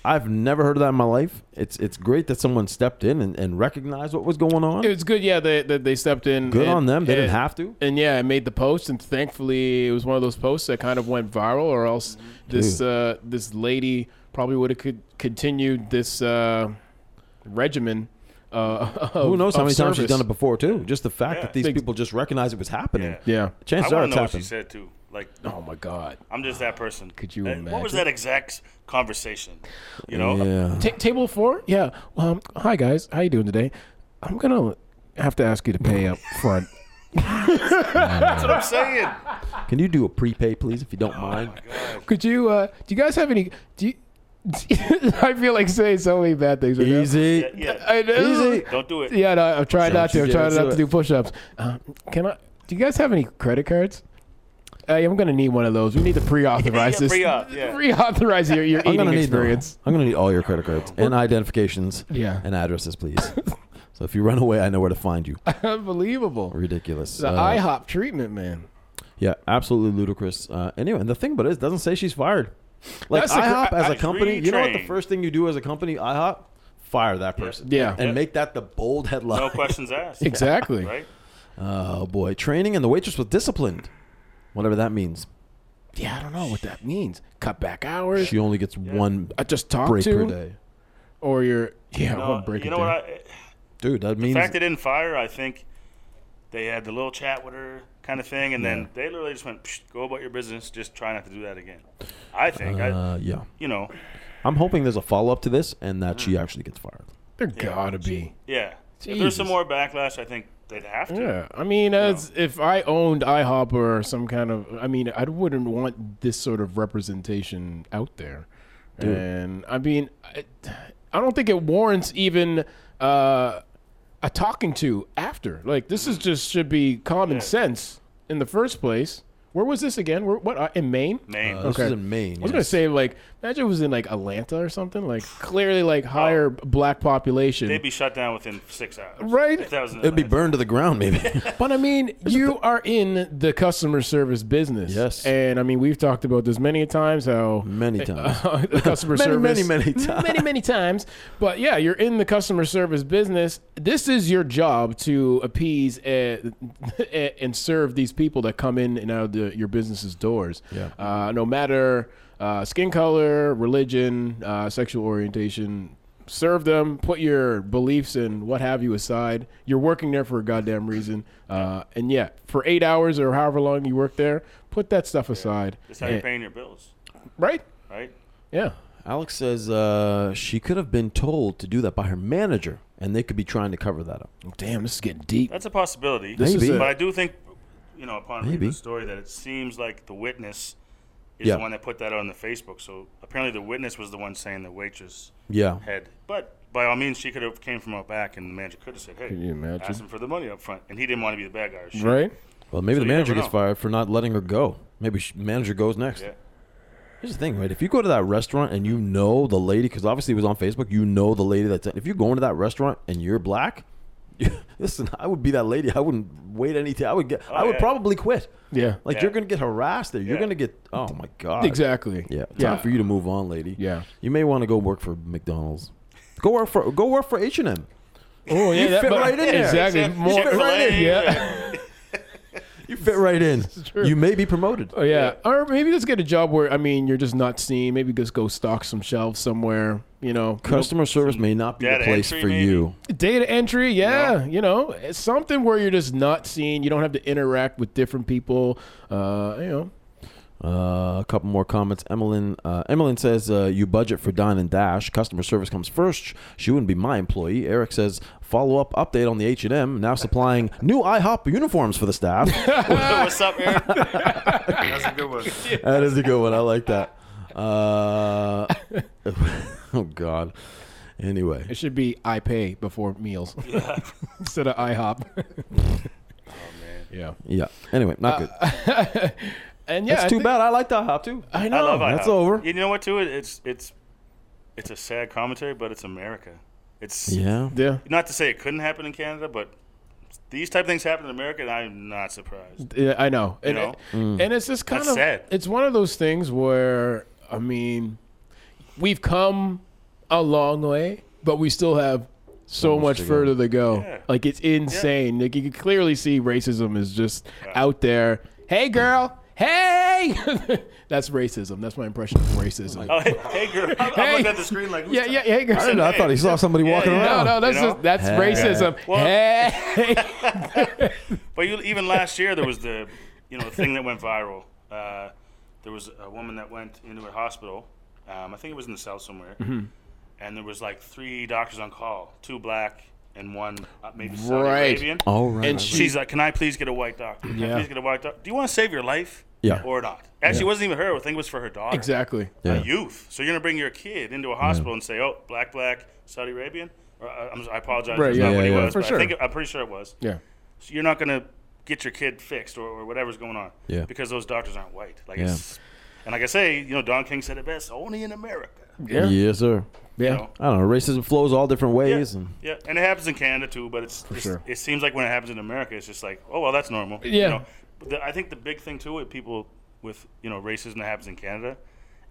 [SPEAKER 2] I've never heard of that in my life. It's it's great that someone stepped in and, and recognized what was going on.
[SPEAKER 1] It was good, yeah, that they, they stepped in.
[SPEAKER 2] Good
[SPEAKER 1] and-
[SPEAKER 2] on them. They didn't
[SPEAKER 1] and-
[SPEAKER 2] have to.
[SPEAKER 1] And yeah, I made the post, and thankfully it was one of those posts that kind of went viral, or else
[SPEAKER 2] Mm-hmm.
[SPEAKER 1] this uh, this lady probably would have could continued this uh, regimen. Uh, of,
[SPEAKER 2] Who knows how
[SPEAKER 1] of
[SPEAKER 2] many times she's
[SPEAKER 1] service.
[SPEAKER 2] done it before too? Just the fact
[SPEAKER 3] Yeah.
[SPEAKER 2] that these
[SPEAKER 1] Think-
[SPEAKER 2] people just recognize it was happening.
[SPEAKER 3] Yeah.
[SPEAKER 1] Yeah.
[SPEAKER 2] Chances
[SPEAKER 3] I
[SPEAKER 2] are
[SPEAKER 3] want
[SPEAKER 2] it's
[SPEAKER 3] to know what she
[SPEAKER 2] happening.
[SPEAKER 3] said too. Like,
[SPEAKER 1] Oh my God.
[SPEAKER 3] I'm just that person.
[SPEAKER 1] Could you
[SPEAKER 3] That- What was
[SPEAKER 1] imagine?
[SPEAKER 3] that exact conversation? You know,
[SPEAKER 2] Yeah.
[SPEAKER 1] Ta table four? Yeah. Um, hi guys, how you doing today? I'm gonna have to ask you to pay up front.
[SPEAKER 3] that's what I'm saying.
[SPEAKER 2] Can you do a prepay, please, if you don't
[SPEAKER 3] Oh,
[SPEAKER 2] mind?
[SPEAKER 1] Could you? Uh, do you guys have any? Do you, I feel like saying so many bad things right now.
[SPEAKER 2] Easy.
[SPEAKER 3] Yeah, yeah.
[SPEAKER 1] I know.
[SPEAKER 2] Easy.
[SPEAKER 3] Don't do it.
[SPEAKER 1] Yeah, no, I'm trying
[SPEAKER 2] Don't
[SPEAKER 1] not to.
[SPEAKER 2] you
[SPEAKER 1] I'm
[SPEAKER 2] do
[SPEAKER 1] trying
[SPEAKER 2] it.
[SPEAKER 1] not
[SPEAKER 2] Do
[SPEAKER 1] to
[SPEAKER 2] it.
[SPEAKER 1] do push-ups. Uh, can I? Do you guys have any credit cards? Hey, I'm gonna need one of those. We need to pre-authorize
[SPEAKER 3] Yeah,
[SPEAKER 1] this.
[SPEAKER 3] pre-auth, yeah.
[SPEAKER 1] Pre-authorize your, your
[SPEAKER 2] I'm
[SPEAKER 1] eating
[SPEAKER 2] gonna need
[SPEAKER 1] experience.
[SPEAKER 2] I'm gonna need all your credit cards and identifications.
[SPEAKER 1] Yeah.
[SPEAKER 2] And addresses, please. so if you run away, I know where to find you.
[SPEAKER 1] Unbelievable.
[SPEAKER 2] Ridiculous.
[SPEAKER 1] The
[SPEAKER 2] Uh,
[SPEAKER 1] IHOP treatment, man.
[SPEAKER 2] yeah, absolutely ludicrous. Uh, anyway, and the thing about it is, it doesn't say she's fired. Like
[SPEAKER 1] That's the cra-
[SPEAKER 2] IHOP as a
[SPEAKER 3] That's
[SPEAKER 2] company, you know what the
[SPEAKER 3] retrained.
[SPEAKER 2] first thing you do as a company, IHOP, fire that person.
[SPEAKER 1] Yeah.
[SPEAKER 2] And
[SPEAKER 1] Yeah.
[SPEAKER 2] make that the bold headline.
[SPEAKER 3] No questions asked.
[SPEAKER 1] Exactly.
[SPEAKER 3] Right?
[SPEAKER 2] Oh boy, training and the waitress was disciplined. Whatever that means.
[SPEAKER 1] Yeah, I don't know what that means. Cut back hours.
[SPEAKER 2] She only gets one
[SPEAKER 1] I just talked
[SPEAKER 2] break per
[SPEAKER 1] to,
[SPEAKER 2] day.
[SPEAKER 1] or your yeah,
[SPEAKER 3] No,
[SPEAKER 1] one break.
[SPEAKER 3] you
[SPEAKER 1] a
[SPEAKER 3] know
[SPEAKER 1] day.
[SPEAKER 3] what? I,
[SPEAKER 2] Dude, that means
[SPEAKER 3] the fact they didn't fire, I think they had the little chat with her kind of thing, and then they literally just went, Psh, "Go about your business. Just try not to do that again." I think. I,
[SPEAKER 2] uh, yeah.
[SPEAKER 3] you know.
[SPEAKER 2] I'm hoping there's a follow up to this and that she actually gets fired.
[SPEAKER 1] there gotta be.
[SPEAKER 3] Yeah. If there's
[SPEAKER 1] Jesus.
[SPEAKER 3] some more backlash, I think they'd have to.
[SPEAKER 1] Yeah, I mean, as if I owned IHOP or some kind of, I mean, I wouldn't want this sort of representation out there. And I mean, I, I don't think it warrants even uh, a talking to after. Like, this is just should be common sense in the first place. Where was this again? Where, what uh, in Maine?
[SPEAKER 3] Maine.
[SPEAKER 2] Uh, This
[SPEAKER 1] Okay.
[SPEAKER 2] is in Maine.
[SPEAKER 1] I was gonna say like, imagine it was in like Atlanta or something. Like, clearly like higher black population.
[SPEAKER 3] They'd be shut down within six hours.
[SPEAKER 1] Right.
[SPEAKER 3] If that was in
[SPEAKER 2] It'd be
[SPEAKER 3] Atlanta.
[SPEAKER 2] burned to the ground, maybe.
[SPEAKER 1] But I mean, you are in the customer service business.
[SPEAKER 2] Yes.
[SPEAKER 1] And I mean, we've talked about this many times how
[SPEAKER 2] Many times.
[SPEAKER 1] the customer
[SPEAKER 2] Many,
[SPEAKER 1] service
[SPEAKER 2] many, many times.
[SPEAKER 1] many, many times. But yeah, you're in the customer service business. This is your job to appease and, and serve these people that come in and out of the, your business's doors.
[SPEAKER 2] Yeah.
[SPEAKER 1] Uh, no matter uh, skin color, religion, uh, sexual orientation. Serve them. Put your beliefs and what have you aside. You're working there for a goddamn reason, uh, and yeah, for eight hours or however long you work there, put that stuff aside.
[SPEAKER 3] That's how you're
[SPEAKER 1] And-
[SPEAKER 3] paying your bills,
[SPEAKER 1] right?
[SPEAKER 3] right?
[SPEAKER 1] Yeah.
[SPEAKER 2] Alex says uh, she could have been told to do that by her manager, and they could be trying to cover that up.
[SPEAKER 1] Damn, this is getting deep.
[SPEAKER 3] That's a possibility.
[SPEAKER 1] This is
[SPEAKER 2] Maybe.
[SPEAKER 1] a-
[SPEAKER 3] But I do think, you know, upon
[SPEAKER 2] Maybe.
[SPEAKER 3] reading the story, that it seems like the witness is
[SPEAKER 2] Yeah.
[SPEAKER 3] the one that put that on the Facebook. So apparently, the witness was the one saying the waitress
[SPEAKER 2] Yeah.
[SPEAKER 3] had. But by all means, she could have came from out back, and the manager could have said, "Hey,
[SPEAKER 1] Can you imagine?
[SPEAKER 3] ask him for the money up front," and he didn't want to be the bad guy. Or shit.
[SPEAKER 1] Right?
[SPEAKER 2] Well, maybe the
[SPEAKER 3] you never
[SPEAKER 2] manager gets
[SPEAKER 3] know.
[SPEAKER 2] fired for not letting her go. Maybe she, manager goes next.
[SPEAKER 3] Yeah.
[SPEAKER 2] Here's the thing, right? If you go to that restaurant and you know the lady, because obviously it was on Facebook, you know the lady that's. If you go into that restaurant and you're black, listen, I would be that lady. I wouldn't wait anything. I would get. I would
[SPEAKER 3] Oh, yeah.
[SPEAKER 2] probably quit.
[SPEAKER 1] Yeah.
[SPEAKER 2] Like
[SPEAKER 3] Yeah.
[SPEAKER 2] you're gonna get harassed there. You're
[SPEAKER 3] Yeah.
[SPEAKER 2] gonna get. Oh my god.
[SPEAKER 1] Exactly.
[SPEAKER 2] Yeah. Time
[SPEAKER 1] Yeah.
[SPEAKER 2] for you to move on, lady.
[SPEAKER 1] Yeah.
[SPEAKER 2] You may want to go work for McDonald's. Go work for go work for H and M.
[SPEAKER 1] Oh yeah.
[SPEAKER 2] You
[SPEAKER 1] that-
[SPEAKER 2] fit
[SPEAKER 1] but-
[SPEAKER 2] right in there.
[SPEAKER 1] Exactly.
[SPEAKER 3] Except-
[SPEAKER 1] More,
[SPEAKER 3] except for
[SPEAKER 2] right in,
[SPEAKER 3] Lane,
[SPEAKER 1] yeah.
[SPEAKER 2] You fit right in.
[SPEAKER 1] true.
[SPEAKER 2] You may be promoted.
[SPEAKER 1] Oh yeah. Or maybe just get a job where I mean you're just not seen. Maybe just go stock some shelves somewhere. You know,
[SPEAKER 2] Customer service may not be the
[SPEAKER 3] Data
[SPEAKER 2] place
[SPEAKER 3] entry,
[SPEAKER 2] for
[SPEAKER 3] maybe.
[SPEAKER 2] you.
[SPEAKER 1] data entry. Yeah, you know, it's something where you're just not seen. You don't have to interact with different people. Uh, you know.
[SPEAKER 2] Uh, a couple more comments. Emmeline, uh, Emmeline says, uh, "You budget for Don and Dash. Customer service comes first. She wouldn't be my employee." Eric says, "Follow up update on the H and M. Now supplying new IHOP uniforms for the staff."
[SPEAKER 3] What's up, Aaron? That's a good one.
[SPEAKER 2] that is a good one. I like that. Uh, oh God. Anyway,
[SPEAKER 1] It should be I pay before meals instead of IHOP. oh man. Yeah.
[SPEAKER 2] yeah. Anyway, not good.
[SPEAKER 1] And yeah,
[SPEAKER 2] it's
[SPEAKER 1] I
[SPEAKER 2] too
[SPEAKER 1] think-
[SPEAKER 2] bad. I liked IHOP too.
[SPEAKER 1] I
[SPEAKER 3] I
[SPEAKER 1] know.
[SPEAKER 3] love
[SPEAKER 2] that's
[SPEAKER 3] IHOP.
[SPEAKER 2] over.
[SPEAKER 3] You know what? Too, It- it's it's it's a sad commentary, but it's America. It's
[SPEAKER 2] Yeah.
[SPEAKER 1] yeah.
[SPEAKER 3] not to say it couldn't happen in Canada, but these type of things happen in America, and I'm not surprised.
[SPEAKER 1] Yeah, I know. And,
[SPEAKER 3] know?
[SPEAKER 1] and it's just kind
[SPEAKER 3] That's
[SPEAKER 1] of
[SPEAKER 3] sad.
[SPEAKER 1] it's one of those things where I mean, we've come a long way, but we still have so much
[SPEAKER 2] to go.
[SPEAKER 1] further to go.
[SPEAKER 3] Yeah.
[SPEAKER 1] Like it's insane. Like you can clearly see racism is just out there. Hey girl, hey. That's racism. That's my impression of racism.
[SPEAKER 3] Oh, hey, hey, girl, I'm, I'm looking at the screen like, who's
[SPEAKER 1] yeah,
[SPEAKER 3] that?
[SPEAKER 1] yeah, hey girl.
[SPEAKER 2] I don't know. I thought he saw somebody walking
[SPEAKER 3] yeah.
[SPEAKER 1] No,
[SPEAKER 2] around.
[SPEAKER 1] no, that's
[SPEAKER 3] You know?
[SPEAKER 1] just, that's
[SPEAKER 2] Hey.
[SPEAKER 1] racism.
[SPEAKER 3] Well-
[SPEAKER 1] hey.
[SPEAKER 3] But you, even last year, there was the you know thing that went viral. Uh, there was a woman that went into a hospital. Um, I think it was in the south somewhere,
[SPEAKER 1] Mm-hmm.
[SPEAKER 3] and there was like three doctors on call, two black and one uh, maybe Saudi
[SPEAKER 1] Right.
[SPEAKER 3] Arabian.
[SPEAKER 2] All right.
[SPEAKER 1] And she-
[SPEAKER 3] She's like, "Can I please get a white doctor? Can
[SPEAKER 1] Yeah.
[SPEAKER 3] I please get a white doctor? Do you want to save your life?
[SPEAKER 2] Yeah.
[SPEAKER 3] or not? Actually, it wasn't even her. I think it was for her daughter.
[SPEAKER 1] Exactly.
[SPEAKER 2] Yeah.
[SPEAKER 3] A youth. So you're gonna bring your kid into a hospital and say, "Oh, black, black, Saudi Arabian." Or, uh, I'm, I apologize.
[SPEAKER 1] Right,
[SPEAKER 3] That's
[SPEAKER 1] yeah,
[SPEAKER 3] not what
[SPEAKER 2] yeah,
[SPEAKER 3] he
[SPEAKER 2] yeah.
[SPEAKER 3] was.
[SPEAKER 1] For
[SPEAKER 3] but
[SPEAKER 1] sure.
[SPEAKER 3] I think I'm pretty sure it was.
[SPEAKER 1] Yeah.
[SPEAKER 3] So you're not gonna get your kid fixed or, or whatever's going on.
[SPEAKER 2] Yeah.
[SPEAKER 3] Because those doctors aren't white. Like
[SPEAKER 2] Yeah.
[SPEAKER 3] it's, and like I say, you know, Don King said it best, only in America.
[SPEAKER 1] Yeah. Yeah.
[SPEAKER 2] Yes, sir.
[SPEAKER 3] You know?
[SPEAKER 2] I don't know. Racism flows all different
[SPEAKER 3] Yeah.
[SPEAKER 2] ways, and
[SPEAKER 3] yeah, and it happens in Canada too, but it's, it's-
[SPEAKER 1] sure.
[SPEAKER 3] it seems like when it happens in America, it's just like, oh well, that's normal.
[SPEAKER 1] Yeah.
[SPEAKER 3] You know? But the, I think the big thing too with people with you know racism that happens in Canada,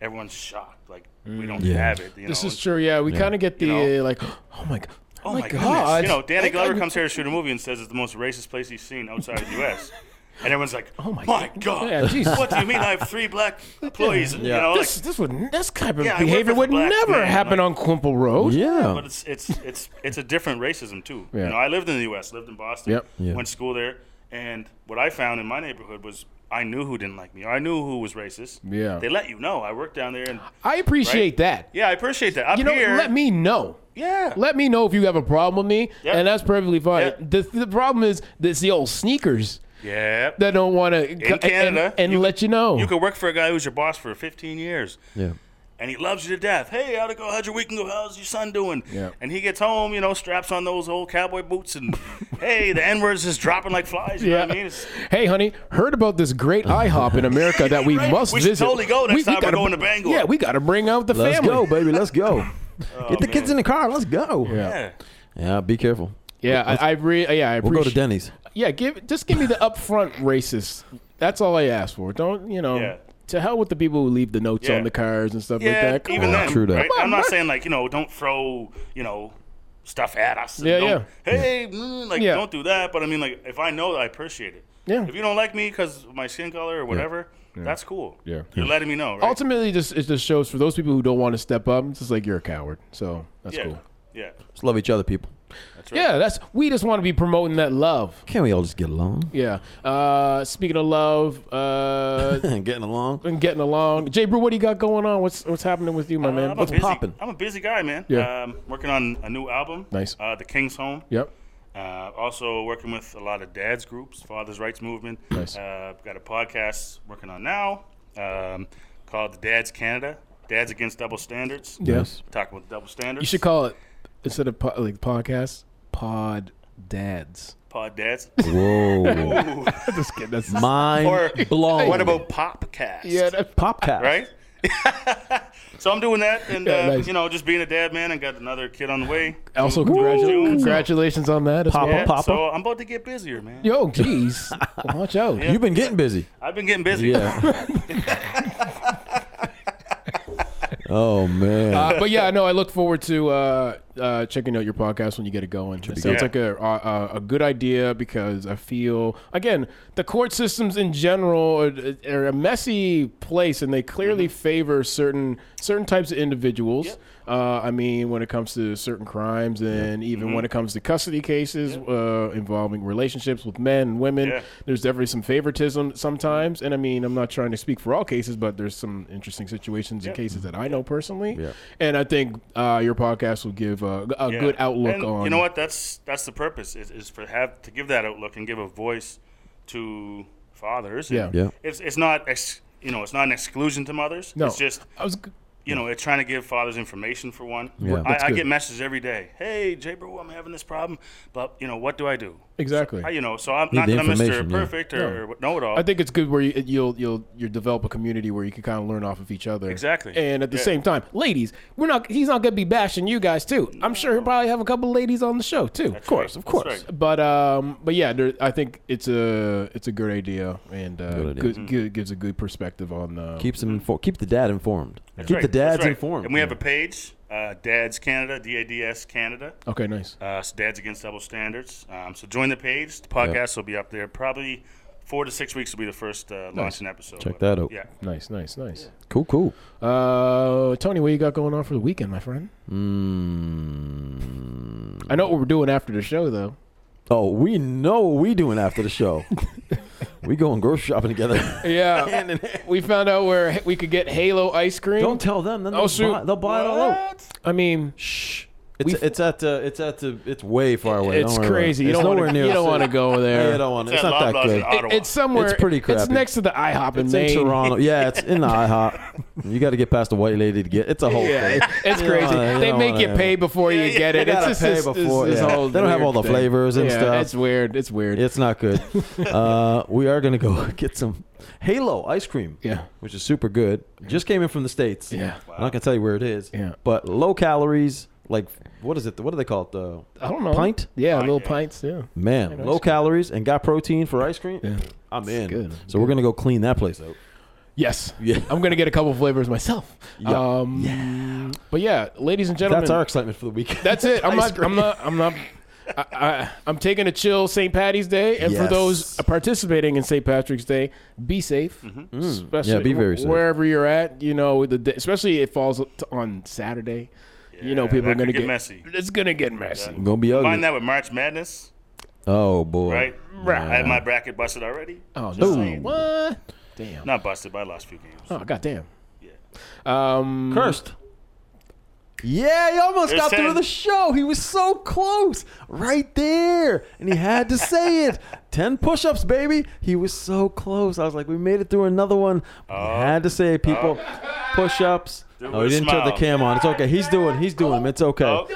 [SPEAKER 3] everyone's shocked. Like we don't
[SPEAKER 2] Yeah.
[SPEAKER 3] have it. You
[SPEAKER 1] Mm. This
[SPEAKER 3] know?
[SPEAKER 1] is true. Yeah, we kind of get the
[SPEAKER 3] You know?
[SPEAKER 1] uh, like, oh my god,
[SPEAKER 3] Oh my, goodness.
[SPEAKER 1] god.
[SPEAKER 3] You know, Danny
[SPEAKER 1] Like,
[SPEAKER 3] Glover
[SPEAKER 1] I'm-
[SPEAKER 3] comes here to shoot a movie and says it's the most racist place he's seen outside of the U.S. And everyone's like, "Oh
[SPEAKER 1] my
[SPEAKER 3] my,
[SPEAKER 1] God.
[SPEAKER 3] God!
[SPEAKER 1] Yeah, Jesus.
[SPEAKER 3] what do you mean? I have three black employees.
[SPEAKER 2] Yeah.
[SPEAKER 3] You know,
[SPEAKER 1] This this would this type of
[SPEAKER 3] Yeah, I work
[SPEAKER 1] behavior
[SPEAKER 3] with
[SPEAKER 1] would
[SPEAKER 3] black
[SPEAKER 1] never
[SPEAKER 3] men,
[SPEAKER 1] happen
[SPEAKER 3] like-
[SPEAKER 1] on Quimple Road.
[SPEAKER 2] yeah,
[SPEAKER 3] But it's it's it's it's a different racism too.
[SPEAKER 1] Yeah.
[SPEAKER 3] You know, I lived in the U.S., lived in Boston,
[SPEAKER 1] Yep.
[SPEAKER 2] Yeah.
[SPEAKER 3] went to school there, and what I found in my neighborhood was I knew who didn't like me, or I knew who was racist.
[SPEAKER 1] Yeah.
[SPEAKER 3] they let you know. I worked down there, and
[SPEAKER 1] I appreciate
[SPEAKER 3] Right?
[SPEAKER 1] that.
[SPEAKER 3] yeah, I appreciate that. Up
[SPEAKER 1] You know,
[SPEAKER 3] here,
[SPEAKER 1] let me know.
[SPEAKER 3] yeah,
[SPEAKER 1] Let me know if you have a problem with me,
[SPEAKER 3] Yep.
[SPEAKER 1] and that's perfectly fine.
[SPEAKER 3] Yep.
[SPEAKER 1] The, the problem is that's the old sneakers
[SPEAKER 3] yeah.
[SPEAKER 1] that don't want to
[SPEAKER 3] Canada,
[SPEAKER 1] and,
[SPEAKER 3] you
[SPEAKER 1] let you know.
[SPEAKER 3] you could work for a guy who was your boss for 15 years.
[SPEAKER 2] yeah.
[SPEAKER 3] and he loves you to death. Hey, how'd it go? How's your weekend go? How's your son doing?
[SPEAKER 1] Yeah.
[SPEAKER 3] And he gets home, you know, straps on those old cowboy boots, and hey, the N word's just dropping like flies. You know what I mean? It's,
[SPEAKER 1] Hey, honey, heard about this great IHOP in America that we
[SPEAKER 3] Right.
[SPEAKER 1] must
[SPEAKER 3] We should
[SPEAKER 1] visit.
[SPEAKER 3] totally go next time we're
[SPEAKER 1] gotta-
[SPEAKER 3] going to Bangor.
[SPEAKER 1] Yeah, we got to bring out the
[SPEAKER 2] Let's
[SPEAKER 1] family.
[SPEAKER 2] go, baby. Let's go. Get the kids
[SPEAKER 3] man.
[SPEAKER 2] in the car. Let's go.
[SPEAKER 1] Yeah.
[SPEAKER 3] yeah.
[SPEAKER 2] Yeah, be careful.
[SPEAKER 1] Yeah, I, I re- yeah, I
[SPEAKER 2] We'll
[SPEAKER 1] appreciate.
[SPEAKER 2] go to Denny's.
[SPEAKER 1] Yeah, give just give me the upfront racist. That's all I ask for. Don't you know?
[SPEAKER 3] Yeah.
[SPEAKER 1] To hell with the people who leave the notes
[SPEAKER 3] Yeah.
[SPEAKER 1] on the cars and stuff
[SPEAKER 3] Yeah,
[SPEAKER 1] like that. Come
[SPEAKER 3] even
[SPEAKER 1] on.
[SPEAKER 3] then,
[SPEAKER 2] True that.
[SPEAKER 3] right?
[SPEAKER 1] Come on,
[SPEAKER 3] I'm not
[SPEAKER 1] bro.
[SPEAKER 3] saying like you know, don't throw you know stuff at us. and
[SPEAKER 1] Yeah,
[SPEAKER 3] don't- Hey, mm, like
[SPEAKER 1] Yeah.
[SPEAKER 3] don't do that. But I mean, like if I know that, I appreciate it.
[SPEAKER 1] Yeah.
[SPEAKER 3] If you don't like me because of my skin color or whatever, that's cool.
[SPEAKER 1] Yeah.
[SPEAKER 3] You're letting me know. Right?
[SPEAKER 1] Ultimately, just it just shows for those people who don't want to step up. It's just like you're a coward. So that's
[SPEAKER 3] yeah.
[SPEAKER 1] cool.
[SPEAKER 3] Yeah.
[SPEAKER 2] Just love each other, people.
[SPEAKER 3] That's right.
[SPEAKER 1] Yeah, that's we just want to be promoting that love.
[SPEAKER 2] Can't we all just get along?
[SPEAKER 1] Yeah. Uh, speaking of love, uh,
[SPEAKER 2] Getting along.
[SPEAKER 1] and getting along. Jay Brew, what do you got going on? What's what's happening with you, my
[SPEAKER 3] Uh,
[SPEAKER 1] man?
[SPEAKER 3] I'm a busy-
[SPEAKER 2] poppin'?
[SPEAKER 3] I'm a busy guy, man.
[SPEAKER 1] Yeah.
[SPEAKER 3] Um, working on a new album.
[SPEAKER 1] Nice.
[SPEAKER 3] Uh, the King's Home.
[SPEAKER 1] Yep.
[SPEAKER 3] Uh, also working with a lot of dads groups, Fathers Rights Movement.
[SPEAKER 1] Nice.
[SPEAKER 3] Uh, got a podcast working on now um, called The Dads Canada. Dads Against Double Standards.
[SPEAKER 1] Yes.
[SPEAKER 3] Talking about double standards.
[SPEAKER 1] You should call it instead of po- like podcast, pod dads.
[SPEAKER 3] pod dads.
[SPEAKER 2] Whoa.
[SPEAKER 3] Ooh.
[SPEAKER 1] just kidding. That's
[SPEAKER 2] Mind
[SPEAKER 3] Or-
[SPEAKER 2] blown.
[SPEAKER 3] what about Popcast?
[SPEAKER 1] yeah. That,
[SPEAKER 2] Popcast?
[SPEAKER 3] right. So I'm doing that, and
[SPEAKER 1] Yeah,
[SPEAKER 3] uh,
[SPEAKER 1] nice.
[SPEAKER 3] you know, just being a dad, man, and got another kid on the way.
[SPEAKER 1] Also,
[SPEAKER 3] June-
[SPEAKER 1] congratu-
[SPEAKER 3] June, so-
[SPEAKER 1] congratulations on that. As
[SPEAKER 2] Papa,
[SPEAKER 1] well.
[SPEAKER 3] Yeah,
[SPEAKER 2] pop.
[SPEAKER 3] So I'm about to get busier, man.
[SPEAKER 1] Yo, jeez, watch out.
[SPEAKER 2] You've been getting busy.
[SPEAKER 3] I've been getting busy.
[SPEAKER 2] Yeah. oh man.
[SPEAKER 1] Uh, but yeah, no, I look forward to uh, uh, checking out your podcast when you get it going. It sounds
[SPEAKER 3] good.
[SPEAKER 1] like a, a a good idea because I feel again the court systems in general are, are a messy place, and they clearly favor certain certain types of individuals. Uh, I mean, when it comes to certain crimes, and even when it comes to custody cases uh, involving relationships with men and women,
[SPEAKER 3] Yeah.
[SPEAKER 1] there's definitely some favoritism sometimes. And I mean, I'm not trying to speak for all cases, but there's some interesting situations and cases that I know personally.
[SPEAKER 2] Yeah.
[SPEAKER 1] And I think uh, your podcast will give uh, a
[SPEAKER 3] Yeah.
[SPEAKER 1] good outlook
[SPEAKER 3] And
[SPEAKER 1] on.
[SPEAKER 3] You know what? That's that's the purpose is, is for have to give that outlook and give a voice to fathers. And
[SPEAKER 1] Yeah.
[SPEAKER 2] Yeah.
[SPEAKER 3] It's it's not ex, you know it's not an exclusion to mothers.
[SPEAKER 1] No,
[SPEAKER 3] It's just
[SPEAKER 1] I was.
[SPEAKER 3] you know it's trying to give fathers information for one.
[SPEAKER 2] Yeah. That's
[SPEAKER 3] I, I
[SPEAKER 1] good.
[SPEAKER 3] get messages every day. Hey, Jay Bro, I'm having this problem, but you know what do I do?
[SPEAKER 1] Exactly.
[SPEAKER 3] I, you know, so I'm
[SPEAKER 2] Need
[SPEAKER 3] not
[SPEAKER 2] the
[SPEAKER 3] that I'm Mr.
[SPEAKER 2] information, yeah.
[SPEAKER 3] Perfect or know it all.
[SPEAKER 1] I think it's good where you, you'll you'll you develop a community where you can kind of learn off of each other.
[SPEAKER 3] Exactly.
[SPEAKER 1] And at the
[SPEAKER 3] Yeah.
[SPEAKER 1] same time, ladies, we're not. He's not gonna be bashing you guys too. I'm sure he'll probably have a couple ladies on the show too. of course,
[SPEAKER 3] right.
[SPEAKER 1] of
[SPEAKER 3] That's
[SPEAKER 1] course.
[SPEAKER 3] right.
[SPEAKER 1] But um, but yeah, there, I think it's a it's a good idea and uh,
[SPEAKER 2] Good idea.
[SPEAKER 3] Mm-hmm.
[SPEAKER 1] Good, good, gives a good perspective on. Uh,
[SPEAKER 2] Keeps him informed. Keep the dad informed.
[SPEAKER 3] That's
[SPEAKER 2] keep
[SPEAKER 3] right,
[SPEAKER 2] the
[SPEAKER 3] that's
[SPEAKER 2] dads
[SPEAKER 3] right.
[SPEAKER 2] informed.
[SPEAKER 3] And we have a page, uh, Dads Canada, D A D S Canada.
[SPEAKER 1] okay, nice.
[SPEAKER 3] Uh, so Dads Against Double Standards. Um, so join the page. The podcast will be up there. Probably four to six weeks will be the first uh, launching episode.
[SPEAKER 2] Check
[SPEAKER 3] But,
[SPEAKER 2] that out.
[SPEAKER 3] Yeah.
[SPEAKER 1] Nice, nice, nice.
[SPEAKER 2] cool, cool.
[SPEAKER 1] Uh, Tony, what you got going on for the weekend, my friend?
[SPEAKER 2] Hmm. Mm.
[SPEAKER 1] I know what we're doing after the show, though.
[SPEAKER 2] Oh, we know what we doing after the show. we going grocery shopping together.
[SPEAKER 1] Yeah, we found out where we could get Halo ice cream.
[SPEAKER 2] Don't tell them. Then
[SPEAKER 1] Oh,
[SPEAKER 2] they'll,
[SPEAKER 1] shoot.
[SPEAKER 2] buy, they'll buy it all out.
[SPEAKER 1] I mean,
[SPEAKER 2] Shh. It's,
[SPEAKER 1] We've-
[SPEAKER 2] it's at uh, it's at the it's way far away.
[SPEAKER 1] it's
[SPEAKER 2] Don't worry about it.
[SPEAKER 1] crazy. You
[SPEAKER 2] It's
[SPEAKER 1] don't
[SPEAKER 2] nowhere
[SPEAKER 1] want to.
[SPEAKER 2] near
[SPEAKER 1] You
[SPEAKER 2] us.
[SPEAKER 1] don't want to go there.
[SPEAKER 2] Yeah, I don't want. It's,
[SPEAKER 3] It's at
[SPEAKER 2] not that
[SPEAKER 3] Loblaws in
[SPEAKER 2] good.
[SPEAKER 3] Ottawa.
[SPEAKER 1] It's somewhere.
[SPEAKER 2] It's pretty
[SPEAKER 1] It's
[SPEAKER 2] crappy.
[SPEAKER 1] next to the IHOP in
[SPEAKER 2] It's
[SPEAKER 1] Maine.
[SPEAKER 2] in Toronto. Yeah, it's in the IHOP. You got to get past the white lady to get. It's a whole
[SPEAKER 1] Yeah,
[SPEAKER 2] thing.
[SPEAKER 1] it- it's
[SPEAKER 2] You don't
[SPEAKER 1] crazy.
[SPEAKER 2] wanna- you
[SPEAKER 1] they
[SPEAKER 2] don't
[SPEAKER 1] make you
[SPEAKER 2] wanna-
[SPEAKER 1] pay before you get it.
[SPEAKER 2] You
[SPEAKER 1] It's
[SPEAKER 2] gotta
[SPEAKER 1] just
[SPEAKER 2] pay
[SPEAKER 1] this, this-
[SPEAKER 2] before,
[SPEAKER 1] this
[SPEAKER 2] yeah.
[SPEAKER 1] whole
[SPEAKER 2] They don't have
[SPEAKER 1] weird
[SPEAKER 2] all the
[SPEAKER 1] thing.
[SPEAKER 2] flavors and
[SPEAKER 1] Yeah,
[SPEAKER 2] stuff.
[SPEAKER 1] It's weird. It's weird.
[SPEAKER 2] It's not good. uh, we are gonna go get some Halo ice cream.
[SPEAKER 1] Yeah.
[SPEAKER 2] which is super good. Just came in from the states.
[SPEAKER 1] Yeah.
[SPEAKER 2] I'm not gonna tell you where it is.
[SPEAKER 1] Yeah.
[SPEAKER 2] but low calories. Like what is it? What do they call it? The
[SPEAKER 1] I don't know.
[SPEAKER 2] Pint?
[SPEAKER 1] Yeah, little
[SPEAKER 3] yeah.
[SPEAKER 1] pints. Yeah.
[SPEAKER 2] man,
[SPEAKER 1] ice cream.
[SPEAKER 2] low calories and got protein for ice cream.
[SPEAKER 1] Yeah.
[SPEAKER 2] I'm in.
[SPEAKER 1] good.
[SPEAKER 2] So we're gonna go clean that place out.
[SPEAKER 1] Yes.
[SPEAKER 2] Yeah.
[SPEAKER 1] I'm gonna get a couple flavors myself.
[SPEAKER 2] Yeah.
[SPEAKER 1] Um, yeah. But yeah, ladies and gentlemen,
[SPEAKER 2] That's our excitement for the weekend.
[SPEAKER 1] That's it. I'm
[SPEAKER 2] Ice
[SPEAKER 1] not, I'm not. I'm not. I, I, I'm taking a chill St. Patty's Day, and for
[SPEAKER 2] Yes.
[SPEAKER 1] those participating in St. Patrick's Day, be safe.
[SPEAKER 3] Mm-hmm.
[SPEAKER 1] Mm. Especially
[SPEAKER 2] Yeah, be very
[SPEAKER 1] wh-
[SPEAKER 2] safe.
[SPEAKER 1] wherever you're at. You know, the day, especially if it falls t- on Saturday. you know,
[SPEAKER 3] Yeah,
[SPEAKER 1] people
[SPEAKER 3] that
[SPEAKER 1] are gonna
[SPEAKER 3] could
[SPEAKER 1] get,
[SPEAKER 3] get messy.
[SPEAKER 1] It's gonna get messy.
[SPEAKER 2] gonna be ugly.
[SPEAKER 3] Combine that with March Madness,
[SPEAKER 2] Oh boy.
[SPEAKER 3] right?
[SPEAKER 1] Right.
[SPEAKER 3] I had my bracket busted already.
[SPEAKER 1] Oh
[SPEAKER 3] Just
[SPEAKER 1] no!
[SPEAKER 3] saying.
[SPEAKER 1] What? Damn!
[SPEAKER 3] Not busted, but I lost a few games.
[SPEAKER 1] Oh goddamn!
[SPEAKER 3] Yeah.
[SPEAKER 1] Um,
[SPEAKER 2] Cursed. Yeah, he almost
[SPEAKER 3] There's
[SPEAKER 2] got through
[SPEAKER 3] ten.
[SPEAKER 2] the show. He was so close, right there, and he had to say it. Ten push-ups, baby. He was so close. I was like, we made it through another one. But he had to say it, people. Push-ups.
[SPEAKER 3] Do it
[SPEAKER 2] Oh, he
[SPEAKER 3] Oh. with a
[SPEAKER 2] didn't turn the
[SPEAKER 3] smile.
[SPEAKER 2] cam on. It's okay. He's doing. He's doing. them. It's okay.
[SPEAKER 3] Oh.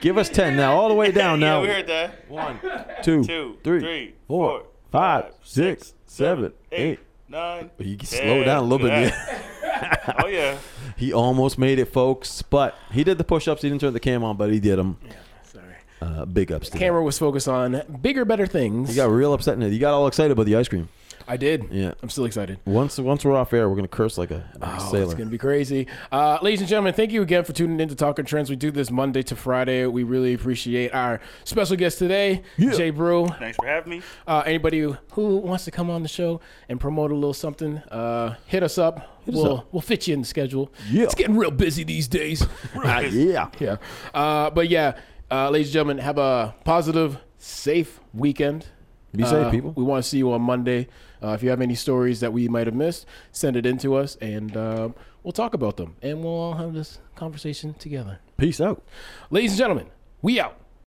[SPEAKER 2] Give us ten now, all the way down
[SPEAKER 3] yeah,
[SPEAKER 2] now.
[SPEAKER 3] we heard that.
[SPEAKER 2] One, two,
[SPEAKER 3] Two,
[SPEAKER 2] three,
[SPEAKER 3] three,
[SPEAKER 2] four,
[SPEAKER 3] four,
[SPEAKER 2] five,
[SPEAKER 3] five,
[SPEAKER 2] six,
[SPEAKER 3] six,
[SPEAKER 2] seven, eight.
[SPEAKER 3] Nine.
[SPEAKER 2] You can
[SPEAKER 3] ten.
[SPEAKER 2] slow down a little
[SPEAKER 3] Look
[SPEAKER 2] bit.
[SPEAKER 3] at
[SPEAKER 2] yeah.
[SPEAKER 3] that. oh yeah.
[SPEAKER 2] He almost made it, folks. But he did the push-ups. He didn't turn the cam on, but he did them.
[SPEAKER 1] Sorry.
[SPEAKER 2] Uh, big ups to him.
[SPEAKER 1] Camera was focused on bigger, better things.
[SPEAKER 2] You got real upset in it. You got all excited about the ice cream.
[SPEAKER 1] I did.
[SPEAKER 2] Yeah.
[SPEAKER 1] I'm still excited.
[SPEAKER 2] Once once we're off air, we're gonna curse like a, like a
[SPEAKER 1] Oh,
[SPEAKER 2] sailor.
[SPEAKER 1] it's going to be crazy. Uh, ladies and gentlemen, thank you again for tuning in to Talking Trends. We do this Monday to Friday. We really appreciate our special guest today, Jay Brew.
[SPEAKER 3] Thanks for having me.
[SPEAKER 1] Uh, anybody who- who wants to come on the show and promote a little something, uh, hit us up.
[SPEAKER 2] us
[SPEAKER 1] we'll,
[SPEAKER 2] up.
[SPEAKER 1] we'll fit you in the schedule.
[SPEAKER 2] Yeah.
[SPEAKER 1] It's getting real busy these days.
[SPEAKER 2] Ah, yeah.
[SPEAKER 1] yeah. Uh, but yeah, uh, ladies and gentlemen, have a positive, safe weekend.
[SPEAKER 2] Be safe,
[SPEAKER 1] Uh,
[SPEAKER 2] people.
[SPEAKER 1] We want to see you on Monday. Uh, if you have any stories that we might have missed, send it in to us and um we'll talk about them. And we'll all have this conversation together.
[SPEAKER 2] Peace out.
[SPEAKER 1] Ladies and gentlemen, we out.